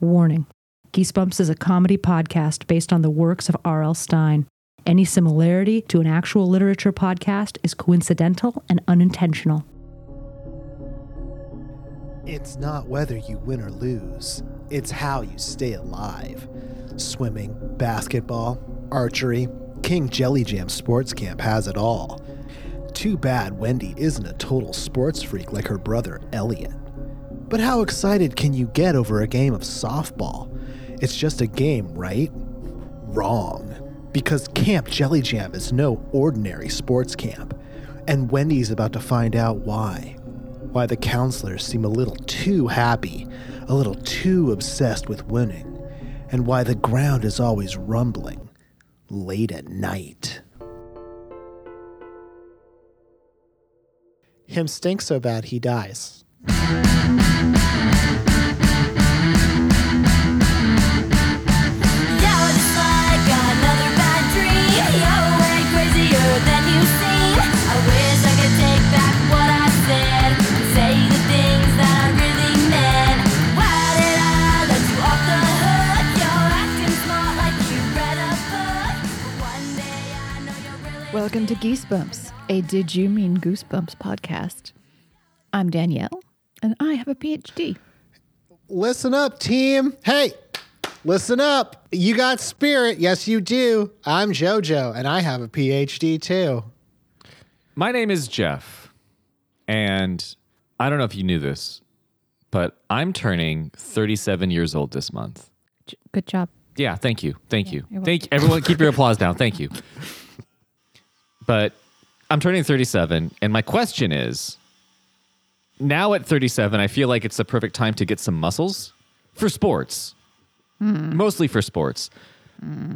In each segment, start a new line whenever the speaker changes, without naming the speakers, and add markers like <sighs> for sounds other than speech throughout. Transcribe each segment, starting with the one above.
Warning Geesebumps is a comedy podcast based on the works of R.L. Stein. Any similarity to an actual literature podcast is coincidental and unintentional.
It's not whether you win or lose, it's how you stay alive. Swimming, basketball, archery, King Jelly Jam Sports Camp has it all. Too bad Wendy isn't a total sports freak like her brother Elliot. But how excited can you get over a game of softball? It's just a game, right? Wrong. Because Camp Jelly Jam is no ordinary sports camp. And Wendy's about to find out why. Why the counselors seem a little too happy, a little too obsessed with winning, and why the ground is always rumbling late at night. Him stinks so bad he dies.
Now it's like another bad dream. You're way crazier than you seem. I wish I could take back what I said and say the things that I really meant. Why did I let you off the hook? You're acting smart like you read a book. But one day I know you're really.
Welcome to Geesebumps, a Did You Mean Goosebumps podcast. I'm Danielle, and I have a PhD.
Listen up, team. Hey, listen up. You got spirit. Yes, you do. I'm JoJo, and I have a PhD too.
My name is Jeff, and I don't know if you knew this, but I'm turning 37 years old this month.
J- Good job.
Yeah, thank you. Thank you. Thank everyone <laughs> keep your applause down. Thank you. But I'm turning 37 and my question is now at 37 I feel like it's the perfect time to get some muscles for sports. Mostly for sports.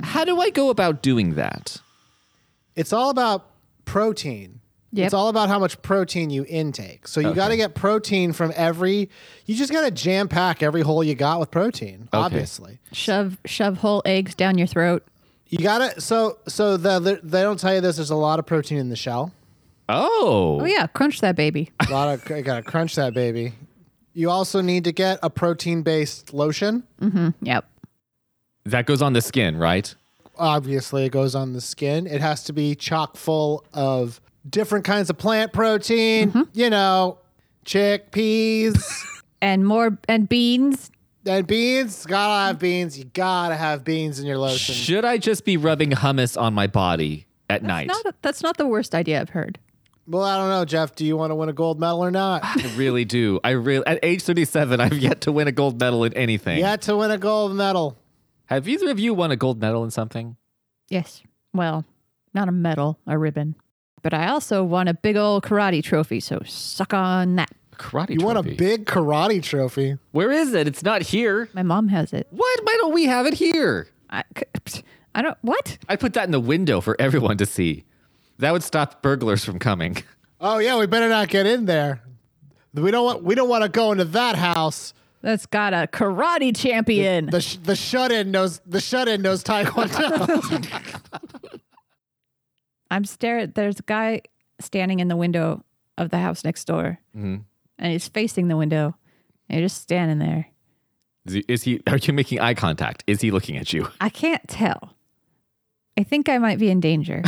How do I go about doing that?
It's all about protein.
Yep.
It's all about how much protein you intake. So you got to get protein from every. You just got to jam pack every hole you got with protein. Obviously,
Shove shove whole eggs down your throat.
you got to. So so the, the they don't tell you this. There's a lot of protein in the shell.
Oh.
Oh yeah, crunch that baby.
A lot of <laughs> you got to crunch that baby. You also need to get a protein based lotion.
yep.
That goes on the skin, right?
obviously it goes on the skin. It has to be chock full of different kinds of plant protein, you know, chickpeas
And more and beans.
and beans. Gotta have beans. You gotta have beans in your lotion.
Should I just be rubbing hummus on my body at night?
Not a- that's not the worst idea I've heard.
Well, I don't know, Jeff. Do you want to win a gold medal or not?
I really do. I really at age 37, I've yet to win a gold medal in anything.
Yet to win a gold medal.
Have either of you won a gold medal in something?
Yes. Well, not a medal, a ribbon. But I also won a big old karate trophy, so suck on that.
A karate
You want a
trophy.
big karate trophy.
Where is it? It's not here.
My mom has it.
What? Why don't we have it here?
I, <laughs> I don't what?
I put that in the window for everyone to see. That would stop burglars from coming.
Oh yeah, we better not get in there. We don't want. We don't want to go into that house.
That's got a karate champion.
The sh- the shut in knows. The shut in knows
<laughs>
Taekwondo.
I'm staring. There's a guy standing in the window of the house next door, and he's facing the window, and he's just standing there.
Is he, is he? Are you making eye contact? Is he looking at you, <laughs>
I can't tell. I think I might be in danger.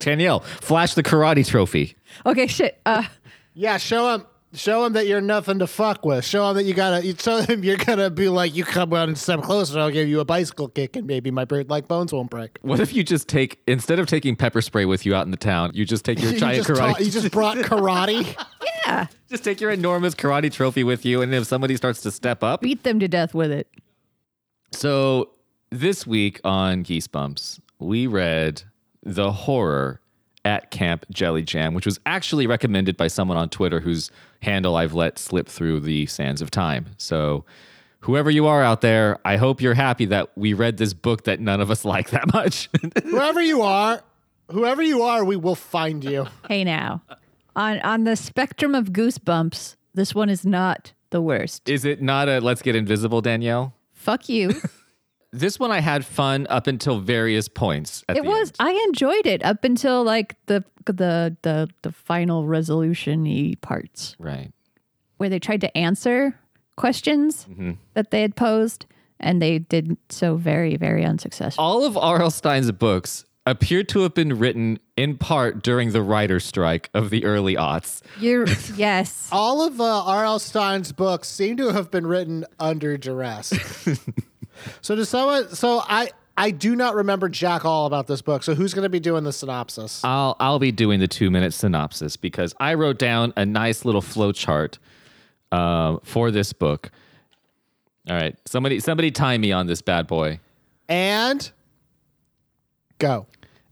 Danielle? Flash the karate trophy.
okay, shit. Uh,
Yeah, show him. Show him that you're nothing to fuck with. Show him that you gotta. You show him you're gonna be like, you come out and step closer, I'll give you a bicycle kick, and maybe my bird like bones won't break.
What if you just take instead of taking pepper spray with you out in the town, you just take
<laughs>
your
You
giant
just,
karate.
taught- you just
<laughs>
brought karate.
yeah,
Just take your enormous karate trophy with you, and if somebody starts to step up.
beat them to death with it.
So, this week on Geesebumps, we read The Horror at Camp Jelly Jam, which was actually recommended by someone on Twitter whose handle I've let slip through the sands of time. So, whoever you are out there, I hope you're happy that we read this book that none of us <laughs> like that much.
whoever you are, whoever you are, we will find
<laughs>
you.
Hey, now, on on the spectrum of goosebumps, this one is not the worst.
Is it not a let's get invisible, Danielle?
Fuck you.
This one I had fun up until various points. At
It
the
was.
end.
I enjoyed it up until like the the the the final resolution y parts
Right.
where they tried to answer questions that they had posed, and they did so very, very unsuccessfully.
All of R.L. Stein's books appear to have been written in part during the writer's strike of the early aughts.
You're yes,
All of uh, R.L. Stein's books seem to have been written under
<laughs>
duress. so does someone? So I I do not remember jack all about this book. So who's going to be doing the synopsis?
I'll I'll be doing the two minute synopsis because I wrote down a nice little flow chart uh, for this book. All right, somebody somebody time me on this bad boy.
and go.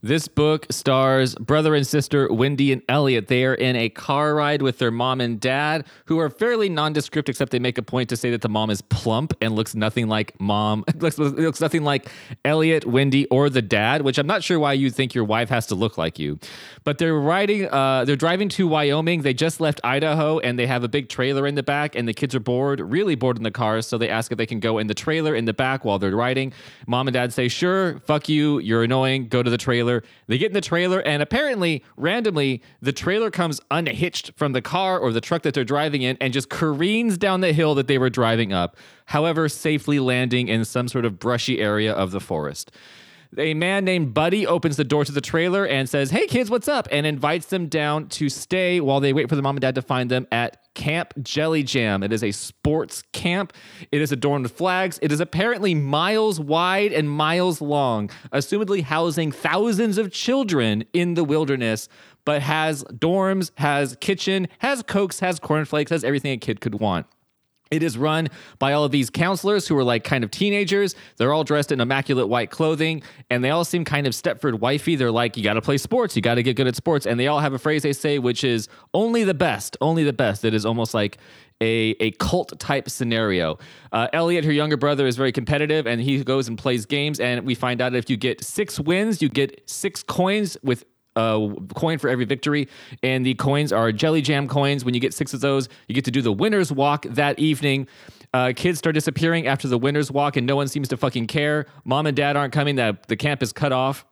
This book stars brother and sister Wendy and Elliot. They are in a car ride with their mom and dad, who are fairly nondescript, except they make a point to say that the mom is plump and looks nothing like mom. <laughs> looks looks nothing like Elliot, Wendy, or the dad. Which I'm not sure why you think your wife has to look like you. But they're riding. Uh, they're driving to Wyoming. They just left Idaho, and they have a big trailer in the back. And the kids are bored, really bored in the car, so they ask if they can go in the trailer in the back while they're riding. Mom and dad say, "Sure, fuck you, you're annoying. Go to the trailer." They get in the trailer, and apparently, randomly, the trailer comes unhitched from the car or the truck that they're driving in, and just careens down the hill that they were driving up. However, safely landing in some sort of brushy area of the forest. A man named Buddy opens the door to the trailer and says, Hey kids, what's up? And invites them down to stay while they wait for their mom and dad to find them at Camp Jelly Jam. It is a sports camp. It is adorned with flags. It is apparently miles wide and miles long, assumedly housing thousands of children in the wilderness, but has dorms, has kitchen, has cokes, has cornflakes, has everything a kid could want. It is run by all of these counselors who are like kind of teenagers. They're all dressed in immaculate white clothing and they all seem kind of Stepford wifey. They're like, you got to play sports, you got to get good at sports. And they all have a phrase they say, which is only the best, only the best. It is almost like a, a cult type scenario. Uh, Elliot, her younger brother, is very competitive and he goes and plays games. And we find out if you get six wins, you get six coins with a uh, coin for every victory. And the coins are Jelly Jam coins. When you get six of those, you get to do the winner's walk that evening. Uh, kids start disappearing after the winner's walk, and no one seems to fucking care. Mom and dad aren't coming, that the camp is cut off.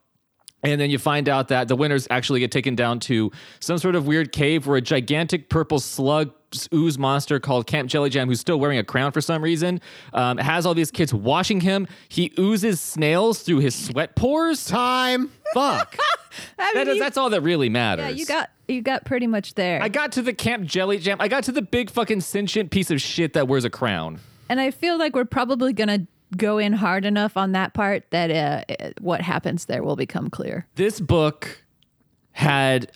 And then you find out that the winners actually get taken down to some sort of weird cave where a gigantic purple slug ooze monster called Camp Jelly Jam, who's still wearing a crown for some reason, um, has all these kids washing him. He oozes snails through his sweat pores.
Time.
Fuck.
<laughs> I mean,
That is,
you-
that's all that really matters.
yeah, you got you got pretty much there.
I got to the Camp Jelly Jam. I got to the big fucking sentient piece of shit that wears a crown.
and I feel like we're probably gonna go in hard enough on that part that uh, uh, what happens there will become clear.
This book had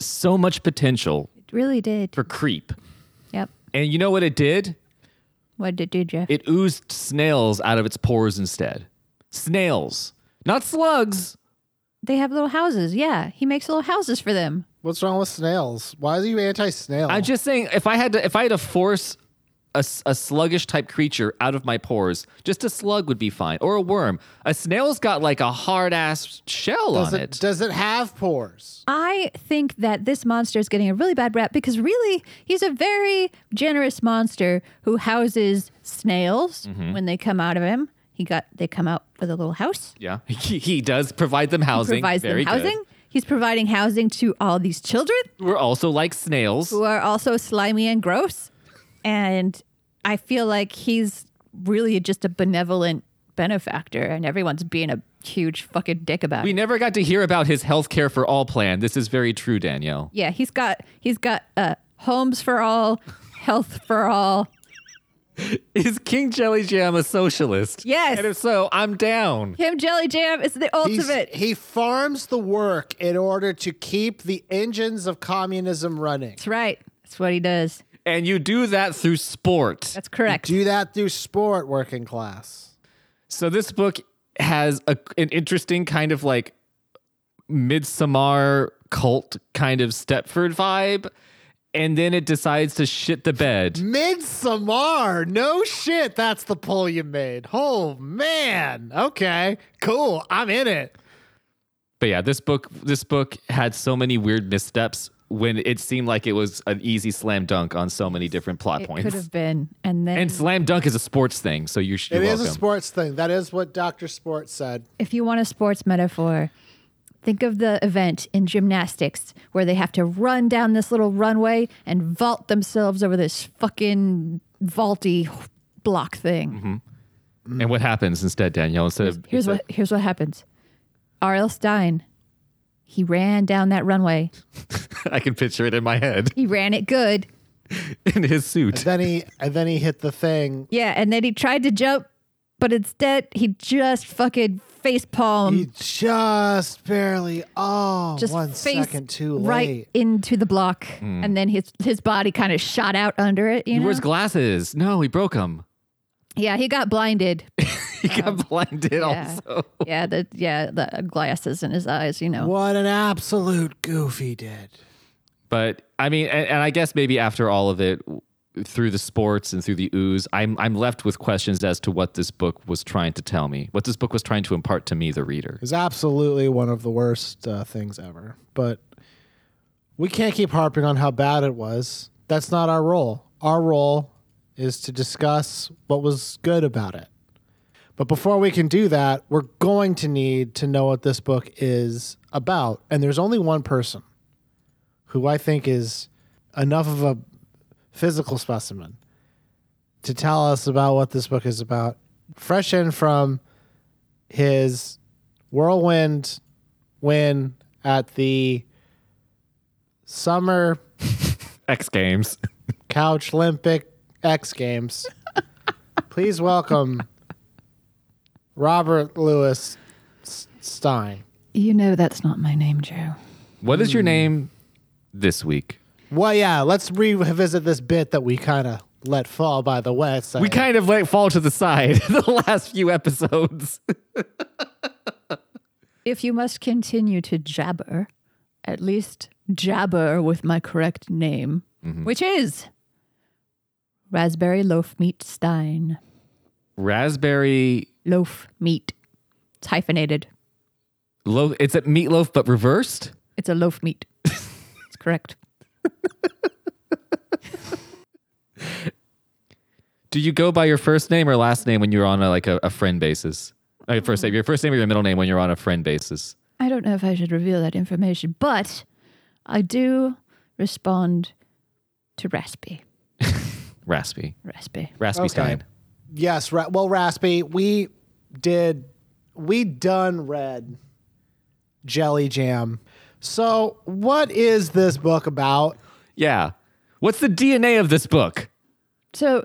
so much potential
It really did.
for creep.
Yep.
And you know what it did?
What did you do, Jeff?
It oozed snails out of its pores instead. Snails, not slugs.
they have little houses. Yeah, he makes little houses for them.
What's wrong with snails? Why are you anti-snail?
I'm just saying, if I had to, if I had to force a, s- a sluggish type creature out of my pores, just a slug would be fine, or a worm. A snail's got like a hard ass shell
does
on
it, does it have pores?
I think that this monster is getting a really bad rap because really he's a very generous monster who houses snails
Mm-hmm.
when they come out of him. He got they come out with a little house.
Yeah, <laughs> he, he does provide them housing.
provides
Very
them housing.
Good.
He's providing housing to all these children
We're also like snails.
who are also slimy and gross. And I feel like he's really just a benevolent benefactor and everyone's being a huge fucking dick about
We
it.
never got to hear about his health care for all plan. This is very true, Danielle.
Yeah, he's got he's got uh homes for all, <laughs> health for all.
<laughs> Is King Jelly Jam a socialist?
Yes.
And if so, I'm down.
Him Jelly Jam is the
He's-
ultimate.
he farms the work in order to keep the engines of communism running.
That's right. That's what he does.
And you do that through sport.
That's correct.
Do that through sport, working class.
So this book has a, an interesting kind of like midsummer cult kind of Stepford vibe. And then it decides to shit the bed.
Midsommar. No shit. That's the pull you made. Oh, man. Okay. Cool. I'm in it.
But yeah, this book this book had so many weird missteps when it seemed like it was an easy slam dunk on so many different plot
it could
points.
have been. And then
And slam dunk is a sports thing, so you're, you're
It is
welcome.
a sports thing. That is what Dr. Sports said.
if you want a sports metaphor, Think of the event in gymnastics where they have to run down this little runway and vault themselves over this fucking vaulty block thing.
Mm-hmm. And what happens instead, Danielle? Instead of
Here's what here's what happens. R.L. Stein, he ran down that runway.
<laughs> I can picture it in my head
He ran it good.
<laughs> in his suit.
Then he and then he hit the thing.
Yeah, and then he tried to jump, but instead he just fucking face palm
He just barely oh
just
one
face
second too late.
right into the block, and then his his body kind of shot out under it. You
He
know?
wears glasses. No, he broke them.
yeah, he got blinded.
<laughs> He got blinded also.
Oh. yeah, the yeah the glasses in his eyes. You know,
What an absolute goofy did.
But I mean, and, and I guess maybe after all of it, w- through the sports and through the ooze, I'm I'm left with questions as to what this book was trying to tell me, what this book was trying to impart to me, the reader.
is absolutely one of the worst uh, things ever. But we can't keep harping on how bad it was. That's not our role. Our role is to discuss what was good about it. But before we can do that, we're going to need to know what this book is about. And there's only one person who I think is enough of a physical specimen to tell us about what this book is about. Fresh in from his whirlwind win at the summer
X Games. <laughs>
couch Olympic X Games. Please welcome Robert Louis S- Stein.
you know that's not my name, Joe.
What is your name this week?
Well, yeah, let's revisit this bit that we kind of let fall by the wayside.
We kind of let fall to the side <laughs> the last few episodes.
If you must continue to jabber, at least jabber with my correct name, which is Raspberry Loaf Meat Stein.
Raspberry
Loaf meat. It's hyphenated.
loaf. It's a meatloaf, but reversed.
It's a loaf meat. it's correct.
Do you go by your first name or last name when you're on a, like a, a friend basis? Uh, your first name, your first name or your middle name when you're on a friend basis?
I don't know if I should reveal that information, but I do respond to Raspy.
Raspy,
Raspy.
Raspy Stein.
Yes, ra- well, Raspy, we did, we done read Jelly Jam. So, what is this book about?
Yeah. What's the DNA of this book?
So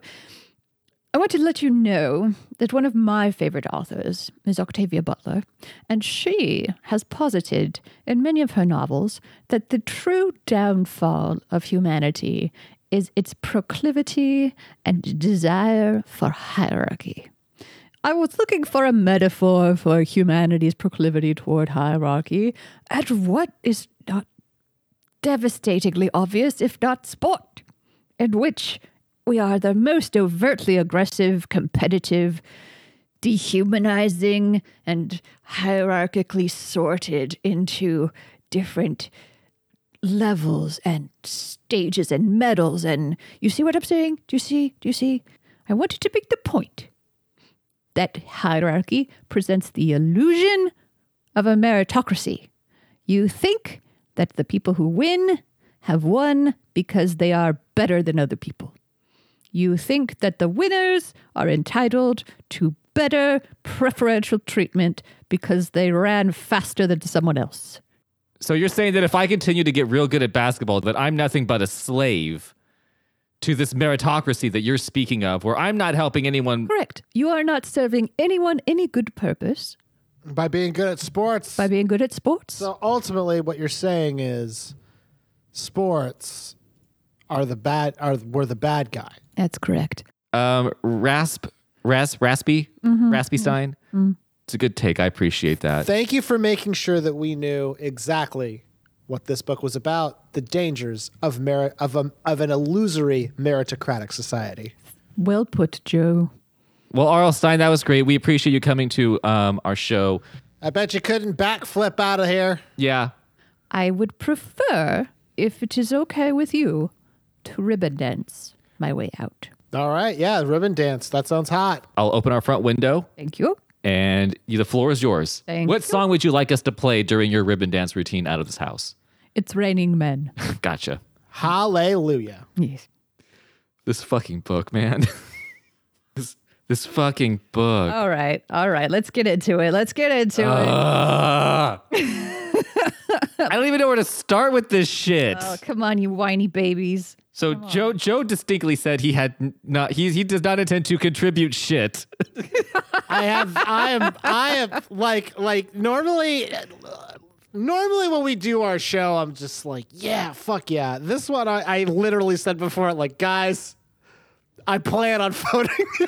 I want to let you know that one of my favorite authors is Octavia Butler, and she has posited in many of her novels that the true downfall of humanity is its proclivity and desire for hierarchy. I was looking for a metaphor for humanity's proclivity toward hierarchy, and what is not devastatingly obvious, if not sport, in which we are the most overtly aggressive, competitive, dehumanizing, and hierarchically sorted into different levels and stages and medals. And you see what I'm saying? Do you see? Do you see? I wanted to make the point that hierarchy presents the illusion of a meritocracy. You think that the people who win have won because they are better than other people. You think that the winners are entitled to better preferential treatment because they ran faster than someone else.
So you're saying that if I continue to get real good at basketball, that I'm nothing but a slave to this meritocracy that you're speaking of, where I'm not helping anyone.
Correct. You are not serving anyone any good purpose
By being good at sports.
by being good at sports.
So ultimately, what you're saying is, sports are the bad are were the bad guy.
That's correct.
Um, rasp, rasp, raspy, raspy Stein. It's a good take. I appreciate that.
Thank you for making sure that we knew exactly what this book was about: the dangers of merit of a, of an illusory meritocratic society.
Well put, Joe.
Well, Arl Stein, that was great. We appreciate you coming to um, our show.
I bet you couldn't backflip out of here.
Yeah.
I would prefer, if it is okay with you, to ribbon dance my way out.
All right, yeah, ribbon dance. That sounds hot.
I'll open our front window
Thank you.
and you- the floor is yours.
Thank
what song would you like us to play during your ribbon dance routine out of this house?
It's raining men.
Gotcha.
Hallelujah.
yes.
This fucking book, man. <laughs> this this fucking book.
All right. All right. Let's get into it. Let's get into
Uh.
it.
Ugh. <laughs> I don't even know where to start with this shit.
Oh, come on, you whiny babies.
so Joe Joe distinctly said he had n- not he he does not intend to contribute shit.
I have I am I am like like normally normally when we do our show I'm just like yeah fuck yeah this one I, I literally said before like guys I plan on voting <laughs>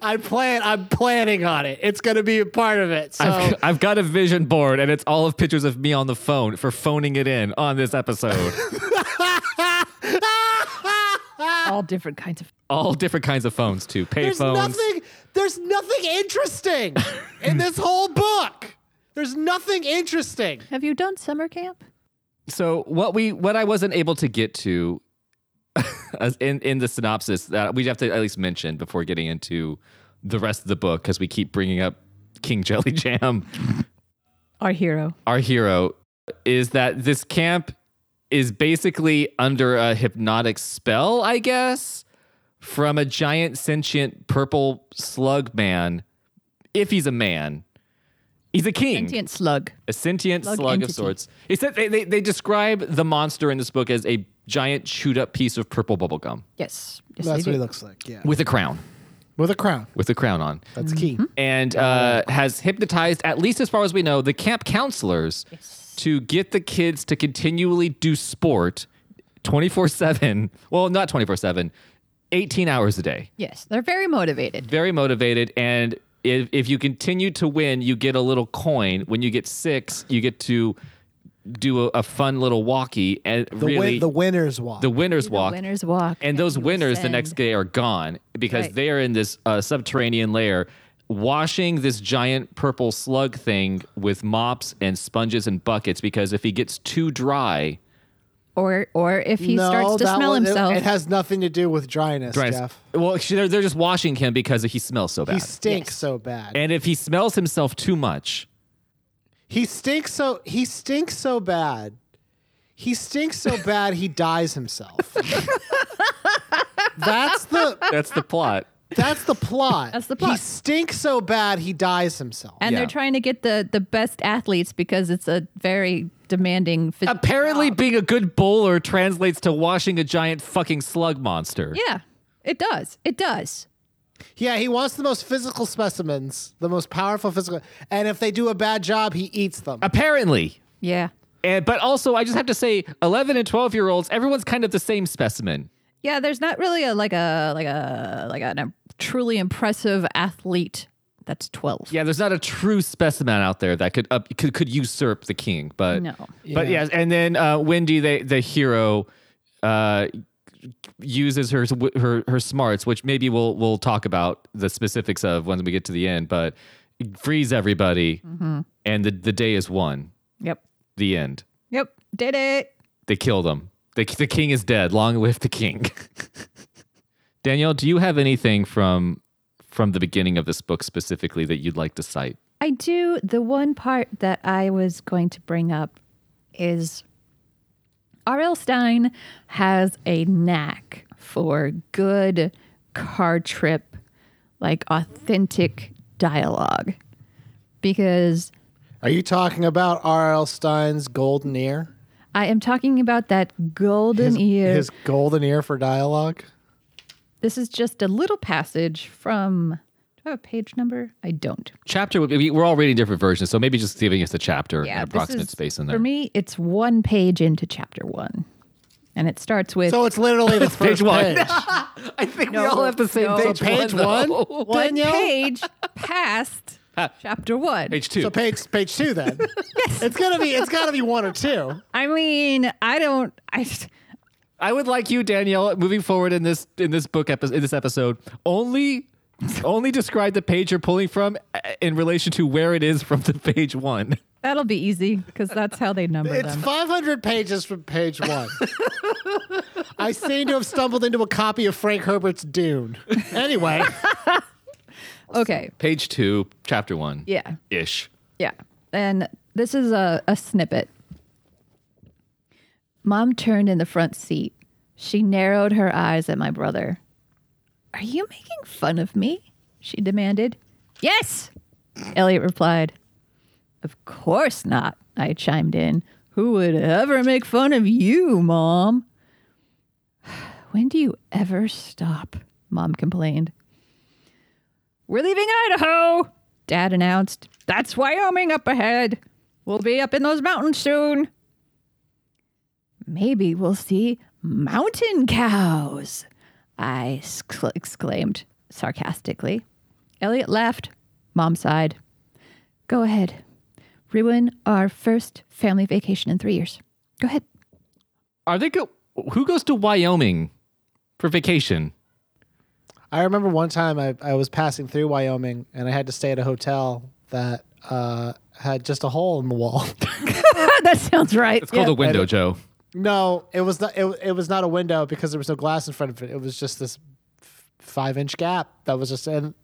I plan I'm planning on it it's gonna be a part of it so
I've, I've got a vision board and it's all of pictures of me on the phone for phoning it in on this episode.
All different kinds of.
all different kinds of phones too. Pay
there's
phones.
nothing there's nothing interesting in this whole book there's nothing interesting
Have you done summer camp?
So what we what I wasn't able to get to <laughs> as in in the synopsis that we have to at least mention before getting into the rest of the book because we keep bringing up King Jelly Jam,
Our hero.
our hero, is that this camp is basically under a hypnotic spell, I guess, from a giant sentient purple slug man. If he's a man, he's a
Mm.
king.
Sentient slug.
a sentient
Slug
slug
entity.
of sorts. It's that they, they, they describe the monster in this book as a giant chewed up piece of purple bubblegum
Yes.
that's
yes they
what he
do.
looks like yeah
with a crown,
with a crown
with a crown on,
that's key
Mm-hmm.
and uh, has hypnotized, at least as far as we know, the camp counselors to get the kids to continually do sport 24 7. Well, not 24 7, 18 hours a day.
Yes. They're very motivated.
Very motivated. And if, if you continue to win, you get a little coin. When you get six, you get to do a, a fun little walkie and
The, win-
really
the winners walk.
the winners
The
walk.
winners walk.
and those
you
winners the
ascend.
next day are gone because
Right.
they are in this uh, subterranean lair washing this giant purple slug thing with mops and sponges and buckets because if he gets too dry,
Or or if he starts to
that
smell
one- it-
himself.
It, has nothing to do with dryness, Jeff.
well, actually, they're, they're just washing him because he smells so bad.
He stinks so bad.
and if he smells himself too much, <laughs>
he stinks so he stinks so bad. He stinks
<laughs>
so bad he dies himself. that's the
that's the plot.
that's the plot.
That's the plot.
He stinks so bad he dies himself.
and
Yeah.
they're trying to get the the best athletes because it's a very demanding phys-
<laughs> Apparently, being a good bowler translates to washing a giant fucking slug monster.
yeah it does it does
yeah, he wants the most physical specimens, the most powerful physical. And if they do a bad job, he eats them.
Uh, Apparently.
yeah
And, but also, I just have to say, 11 and 12 year olds, everyone's kind of the same specimen.
yeah there's not really a like a like a like a, truly impressive athlete that's 12
Yeah, there's not a true specimen out there that could up, could, could usurp the king, but
No.
But yes, and then uh, Wendy, the the hero, uh, uses her her her smarts, which maybe we'll we'll talk about the specifics of when we get to the end. But frees everybody, and the the day is won.
yep
The end.
yep did it
They kill them. The the king is dead. Long live the king. <laughs> Danielle, do you have anything from from the beginning of this book specifically that you'd like to cite?
I do. The one part that I was going to bring up is R.L. Stein has a knack for good car trip, like authentic dialogue. Because
Are you talking about R.L. Stein's golden ear?
I am talking about that golden
His,
ear.
his golden ear for dialogue?
this is just a little passage from. Do I have a page number? I don't.
Chapter. would be- We're all reading different versions, so maybe just giving us the chapter and
this
approximate
is-
space in there.
For me, it's one page into chapter one. And it starts with
So it's literally the first
<laughs> page one.
page.
I think we all have the same
no.
page.
So page one?
one. though.
one
Danielle?
"Oh, page past chapter one.
<laughs> Page two.
So page page two then. It's gonna be it's gotta be one or
<laughs>
two.
I mean, I don't. I
I would like you, Danielle, moving forward in this in this book episode in this episode, only only describe the page you're pulling from uh, in relation to where it is from the page one.
that'll be easy because that's how they number
It's
them.
500 pages from page
<laughs>
one. I
<laughs>
seem to have stumbled into a copy of Frank Herbert's Dune. Anyway,
Okay.
Page two, chapter one.
Yeah.
Ish.
Yeah. And this is a, a snippet. Mom turned in the front seat. She narrowed her eyes at my brother. Are you making fun of me? She demanded. Yes, Elliot replied. Of course not, I chimed in. Who would ever make fun of you, Mom? <sighs> When do you ever stop? Mom complained. We're leaving Idaho, Dad announced. That's Wyoming up ahead. We'll be up in those mountains soon. Maybe we'll see mountain cows, I sc- exclaimed sarcastically. Elliot laughed. Mom sighed. Go ahead. Ruin our first family vacation in three years. Go ahead. <laughs>
Are they go? Who goes to Wyoming for vacation?
I remember one time I, I was passing through Wyoming and I had to stay at a hotel that uh, had just a hole in the wall. <laughs>
that sounds right.
It's called a window, Joe.
no, it was not. It, it was not a window because there was no glass in front of it. It was just this f- five-inch gap that was just in.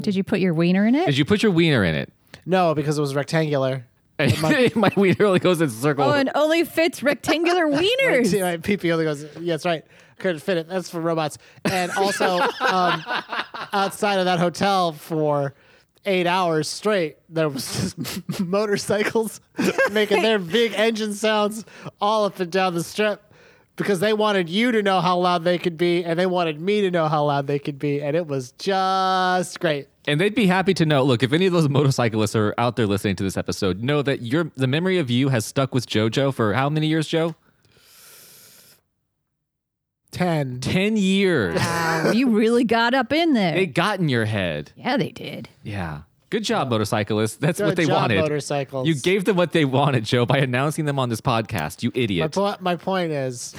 Did you put your wiener in it?
Did you put your wiener in it? <laughs>
No, because it was rectangular.
My, wiener only goes in a circle.
Oh, and only fits
<laughs>
rectangular wieners.
See, my PP only goes. Yeah, that's right. Couldn't fit it. That's for robots. And also,
<laughs>
um, outside of that hotel for eight hours straight, there was just <laughs> motorcycles making
<laughs>
their big engine sounds all up and down the strip because they wanted you to know how loud they could be, and they wanted me to know how loud they could be, and it was just great.
And they'd be happy to know. Look, if any of those <laughs> motorcyclists are out there listening to this episode, know that your the memory of you has stuck with JoJo for how many years, Joe?
Ten.
Ten years.
Wow, you really got up in there.
They got in your head.
yeah, they did.
Yeah. Good job, motorcyclists. That's what
Good
they
job,
wanted.
motorcycles.
You gave them what they wanted, Joe, by announcing them on this podcast. You
My,
idiot.
po- my point is,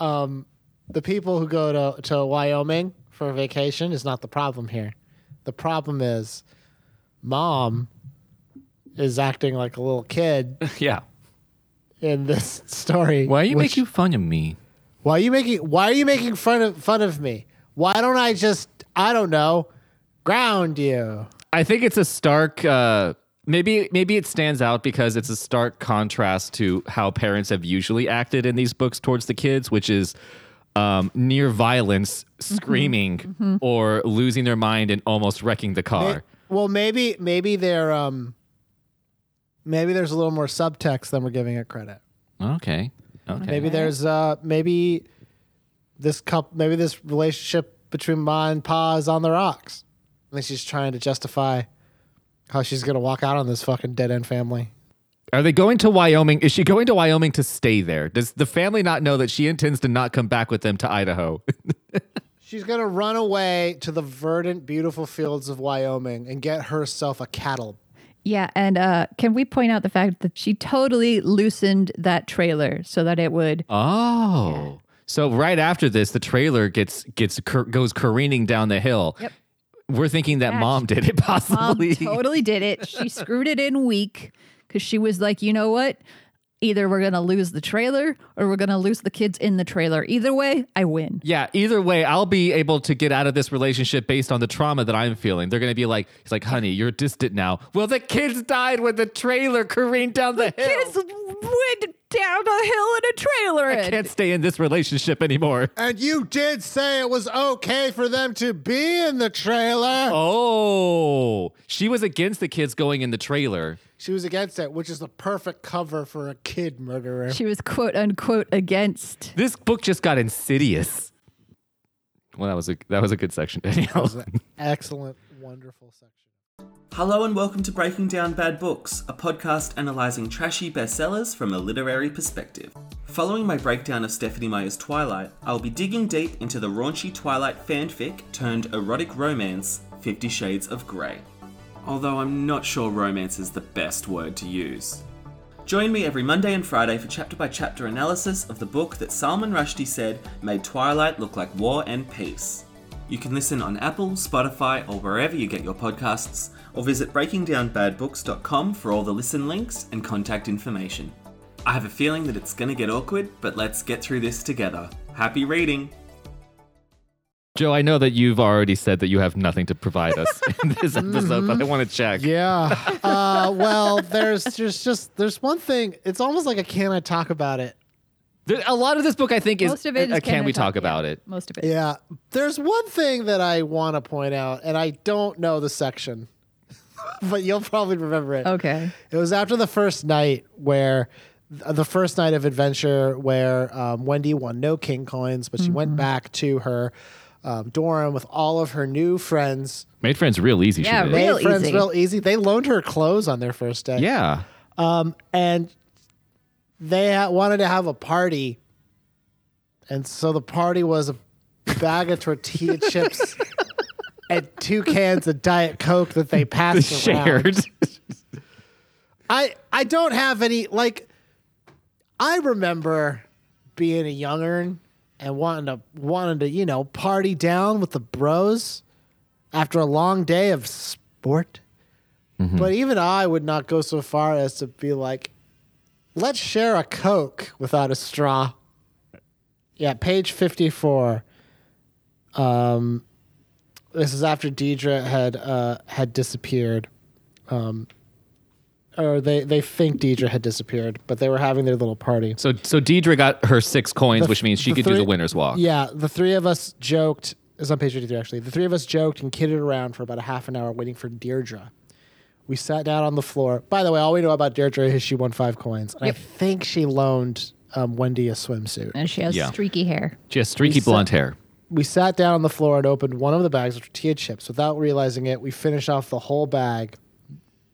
um, the people who go to, to Wyoming for vacation is not the problem here. The problem is, mom is acting like a little kid
<laughs> <laughs> yeah.
in this story.
Why are you
which-
making fun of me?
Why are you making? Why are you making fun of fun of me? Why don't I just? I don't know. Ground you.
I think it's a stark. Uh, maybe maybe it stands out because it's a stark contrast to how parents have usually acted in these books towards the kids, which is um, near violence, screaming, or losing their mind and almost wrecking the car.
Well, maybe maybe they're um. Maybe there's a little more subtext than we're giving it credit.
okay. Okay.
Maybe there's uh maybe this cup maybe this relationship between Ma and Pa is on the rocks. And then she's trying to justify how she's gonna walk out on this fucking dead end family.
Are they going to Wyoming? Is she going to Wyoming to stay there? Does the family not know that she intends to not come back with them to Idaho? <laughs>
She's gonna run away to the verdant, beautiful fields of Wyoming and get herself a cattle.
Yeah, and uh, can we point out the fact that she totally loosened that trailer so that it would?
Oh. So right after this, the trailer gets gets cur- goes careening down the hill. Yep. We're thinking that mom did it <laughs>
Mom
possibly.
<laughs> totally did it. She screwed it in weak because she was like, you know what? Either we're gonna lose the trailer or we're gonna lose the kids in the trailer. Either way, I win.
<laughs> Yeah, either way, I'll be able to get out of this relationship based on the trauma that I'm feeling. They're going to be like, he's like, honey, you're distant now. Well, the kids died when the trailer careened down the, hill.
Kids went down a hill in a trailer.
I can't stay in this
<laughs>
relationship anymore.
And you did say it was okay for them to be in the trailer.
Oh, she was against the kids going in the trailer.
She was against it, which is the perfect cover for a kid murderer.
She was quote unquote against.
This book just got insidious. Well, that was a that was a good section. Danielle.
Excellent, wonderful section.
Hello and welcome to Breaking Down Bad Books, a podcast analysing trashy bestsellers from a literary perspective. Following my breakdown of Stephanie Meyer's Twilight, I'll be digging deep into the raunchy Twilight fanfic turned erotic romance, Fifty Shades of Grey. Although I'm not sure romance is the best word to use. Join me every Monday and Friday for chapter by chapter analysis of the book that Salman Rushdie said made Twilight look like war and peace. You can listen on Apple, Spotify, or wherever you get your podcasts, or visit breakingdownbadbooks.com for all the listen links and contact information. I have a feeling that it's going to get awkward, but let's get through this together. Happy reading!
Joe, I know that you've already said that you have nothing to provide us <laughs> in this
Mm-hmm.
episode, but I want to check.
Yeah. Uh, well, there's there's just there's one thing. It's almost like a can I talk about it?
There- a lot of this book, I think, is,
Most of it
uh,
is
can
Can I
we talk,
Talk-
about it?
Most of it.
Yeah. There's one thing that I want to point out, and I don't know the section, <laughs> but you'll probably remember it.
Okay.
It was after the first night where uh, the first night of adventure where um, Wendy won no king coins, but she
Mm-hmm.
went back to her um, dorm with all of her new friends.
Made friends real easy.
Yeah,
she did.
right. Real
Made friends
easy.
real easy. They loaned her clothes on their first day.
Yeah.
and they ha- wanted to have a party, and so the party was a bag of tortilla chips and two cans of Diet Coke that they passed around.
<laughs> Shared.
I I don't have any like. I remember being a youngern and wanting to wanting to you know party down with the bros after a long day of sport. But even I would not go so far as to be like, let's share a coke without a straw. Yeah, page fifty four. Um, this is after Deidre had uh, had disappeared or they, they think Deidre had disappeared, but they were having their little party.
so, so Deidre got her six coins, which means she
the
could do
three-
the winner's walk.
Yeah, the three of us joked. It's on page 53, actually. The three of us joked and kidded around for about a half an hour waiting for Deirdre. We sat down on the floor. By the way, all we know about Deirdre is she won five coins. And I think she loaned um, Wendy a swimsuit.
And she has
Yeah.
streaky hair.
She has streaky blonde hair.
We sat down on the floor and opened one of the bags of tortilla chips. Without realizing it, we finished off the whole bag.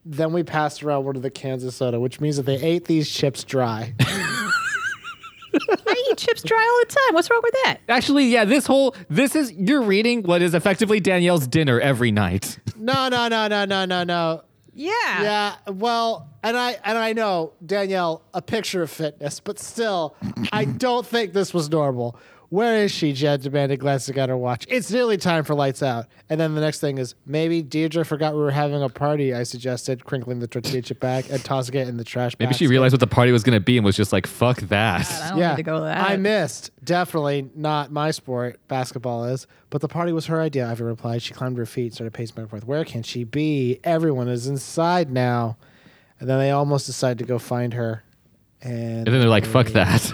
Then we passed around one of the cans of soda, which means that they ate these chips dry.
I eat chips dry all the time. What's wrong with that?
Actually, yeah, this whole this is you're reading what is effectively Danielle's dinner every night.
no, no, no, no, no, no, no.
Yeah.
Yeah, well, and I and I know Danielle a picture of fitness, but still, I don't think this was normal. Where is she? Jed demanded, glancing at her watch. It's nearly time for lights out. And then the next thing is maybe Deirdre forgot we were having a party. I suggested, crinkling the tortilla chip bag and tossing it in the trash.
Maybe she
basket.
realized what the party was going to be and was just like, "Fuck that."
I don't need to go with that.
I missed. Definitely not my sport. Basketball is, but the party was her idea. Ivy replied. She climbed to her feet, started pacing back and forth. Where can she be? Everyone is inside now. And then they almost decided to go find her, and,
And then they're like, "Fuck that."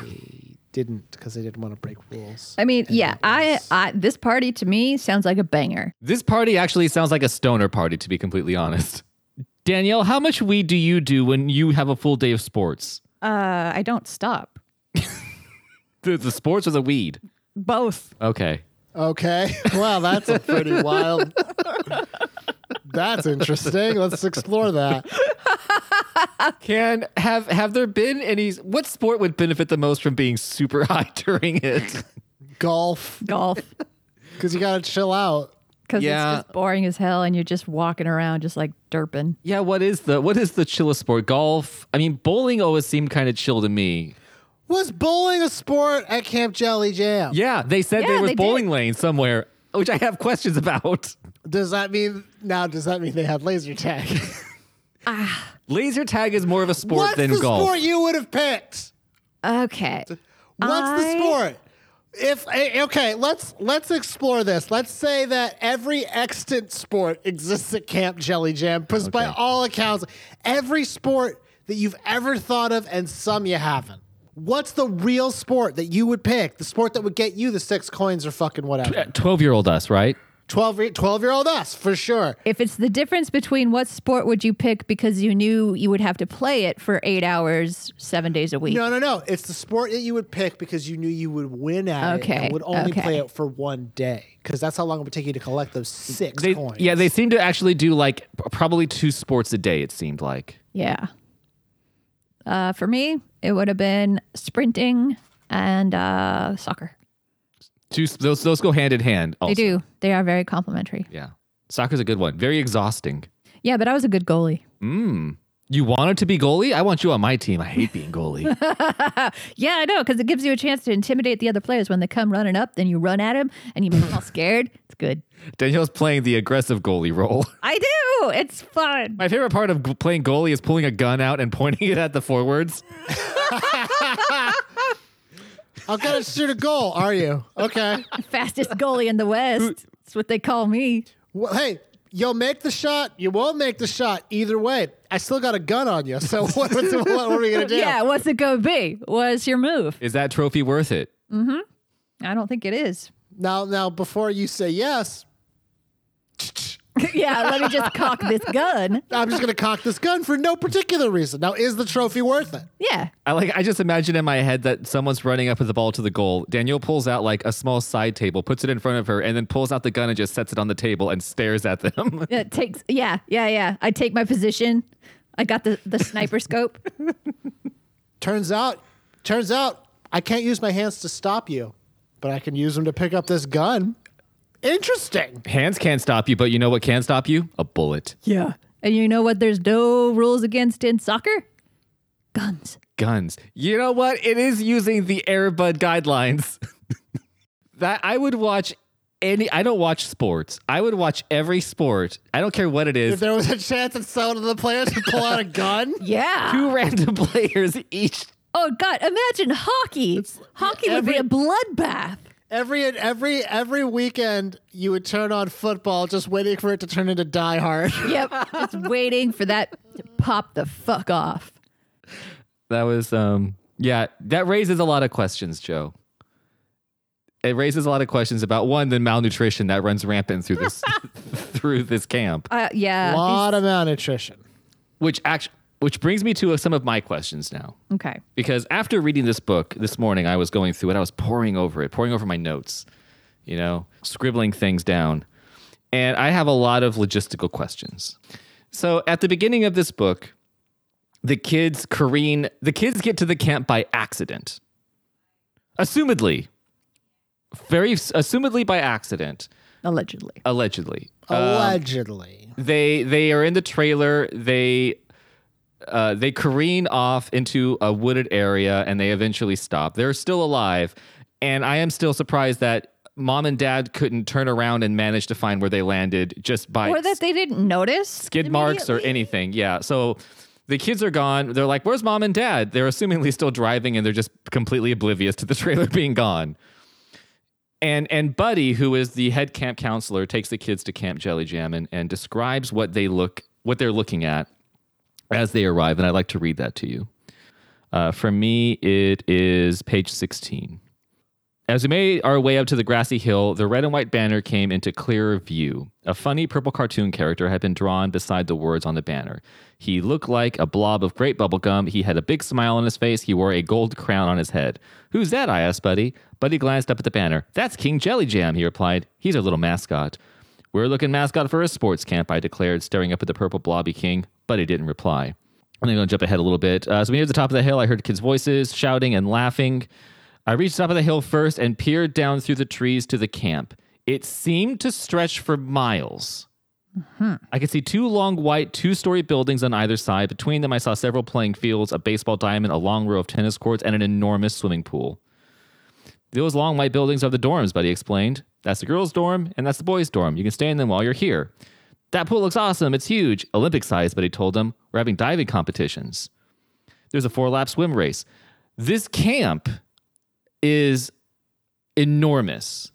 didn't because they didn't want to break rules.
I mean, yeah, I, I this party to me sounds like a banger.
This party actually sounds like a stoner party, to be completely honest. Danielle, how much weed do you do when you have a full day of sports?
Uh, I don't stop.
The, the sports or the weed?
Both.
Okay.
Okay. <laughs> Well, that's a pretty wild. <laughs> That's interesting. Let's explore that.
Can have have there been any? What sport would benefit the most from being super <laughs> high during it?
Golf,
<laughs> Golf.
because you gotta chill out.
Because
Yeah.
it's just boring as hell and you're just walking around just like derping.
yeah. What is the what is the chillest sport? Golf. I mean, bowling always seemed kind of chill to me.
Was bowling a sport at Camp Jelly Jam?
Yeah, they said
Yeah,
there was
they
bowling lanes somewhere, which I have questions about.
Does that mean now? Does that mean they had laser
<laughs>
tag?
Laser tag is more of a sport
What's
than
the
golf.
sport you would have picked?
Okay.
What's the
I-
sport? If eh, okay, let's let's explore this. Let's say that every extant sport exists at Camp Jelly Jam, because by
Okay.
all accounts, every sport that you've ever thought of, and some you haven't. What's the real sport that you would pick? The sport that would get you the six coins or fucking whatever.
Twelve-year-old us, right?
12, 12 year old us, for sure.
If it's the difference between what sport would you pick because you knew you would have to play it for eight hours, seven days a week?
No, no, no. It's the sport that you would pick because you knew you would win at it
Okay,
and would only
okay.
play it for one day because that's how long it would take you to collect those six
They,
coins.
yeah, they seem to actually do like p- probably two sports a day. It seemed like.
Yeah. Uh, for me, it would have been sprinting and uh, soccer.
Two those those go hand in hand. Also.
They do. They are very complimentary.
Yeah, soccer's a good one. Very exhausting.
Yeah, but I was a good goalie.
Mm. You wanted to be goalie? I want you on my team. I hate being <laughs> goalie.
Yeah, I know, because it gives you a chance to intimidate the other players when they come running up. Then you run at them and you make <laughs> them all scared. It's good.
Danielle's playing the aggressive goalie role.
I do. It's fun.
<laughs> My favorite part of g- playing goalie is <laughs> pulling a gun out and pointing it at the forwards.
I'm gonna shoot a goal. Are you okay?
Fastest goalie in the West. That's what they call me.
Well, hey, you'll make the shot. You won't make the shot. Either way, I still got a gun on you. So <laughs> what, what, what are we gonna do?
Yeah, what's it going to be? What's your move?
Is that trophy worth it?
I don't think it is. <laughs>
Now, now, before you say yes,
yeah, let me just cock this gun.
I'm just gonna cock this gun for no particular reason. Now, is the trophy worth it?
Yeah.
I like I just imagine in my head that someone's running up with the ball to the goal. Danielle pulls out like a small side table, puts it in front of her, and then pulls out the gun and just sets it on the table and stares at them. <laughs>
It takes yeah, yeah, yeah. I take my position. I got the, the sniper <laughs> scope.
Turns out, turns out, I can't use my hands to stop you, but I can use them to pick up this gun. Interesting.
Hands can't stop you, but you know what can stop you? A bullet.
Yeah. And you know what there's no rules against in soccer? Guns.
Guns. You know what? It is using the Airbud guidelines. <laughs> that I would watch any I don't watch sports. I would watch every sport. I don't care what it
If
is.
there was a chance that someone of the players would pull out a gun,
Yeah.
Two <laughs> random players each.
Oh god, imagine hockey. hockey would be a
every-
bloodbath.
<laughs> every every every weekend you would turn on football, just waiting for it to turn into Die Hard.
Yep. <laughs> just waiting for that to pop the fuck off.
That was um yeah, that raises a lot of questions, Joe. It raises a lot of questions about one, the malnutrition that runs rampant through this <laughs> through this camp.
Uh, yeah.
A <laughs> lot of malnutrition.
Which act which brings me to uh, some of my questions now.
Okay.
because after reading this book this morning, I was going through it. I was pouring over it, pouring over my notes, you know, scribbling things down. And I have a lot of logistical questions. So at the beginning of this book, the kids careen, the kids get to the camp by accident. Assumedly, very assumedly by accident,
Allegedly.
allegedly
Um, Allegedly.
they they are in the trailer they uh, they careen off into a wooded area and they eventually stop they're still alive and i am still surprised that mom and dad couldn't turn around and manage to find where they landed just by
Or that they didn't notice.
skid marks or
immediately.
anything yeah so the kids are gone they're like where's mom and dad they're assumingly still driving and they're just completely oblivious to the <laughs> trailer being gone and and Buddy, who is the head camp counselor, takes the kids to Camp Jelly Jam and, and describes what they look what they're looking at as they arrive. And I'd like to read that to you. Uh, for me, it is page sixteen. As we made our way up to the grassy hill, the red and white banner came into clearer view. A funny purple cartoon character had been drawn beside the words on the banner. He looked like a blob of great bubblegum. He had a big smile on his face. He wore a gold crown on his head. Who's that? I asked Buddy. Buddy glanced up at the banner. That's King Jelly Jam, he replied. He's our little mascot. We're looking mascot for a sports camp, I declared, staring up at the purple blobby king. Buddy didn't reply. I'm going to jump ahead a little bit. Uh, so we neared the top of the hill. I heard kids' voices, shouting, and laughing. I reached the top of the hill first and peered down through the trees to the camp. It seemed to stretch for miles. I could see two long white two story buildings on either side. Between them, I saw several playing fields, a baseball diamond, a long row of tennis courts, and an enormous swimming pool. Those long white buildings are the dorms, Buddy explained. That's the girls' dorm, and that's the boys' dorm. You can stay in them while you're here. That pool looks awesome. It's huge. Olympic size, Buddy told them. We're having diving competitions. There's a four lap swim race. This camp is enormous.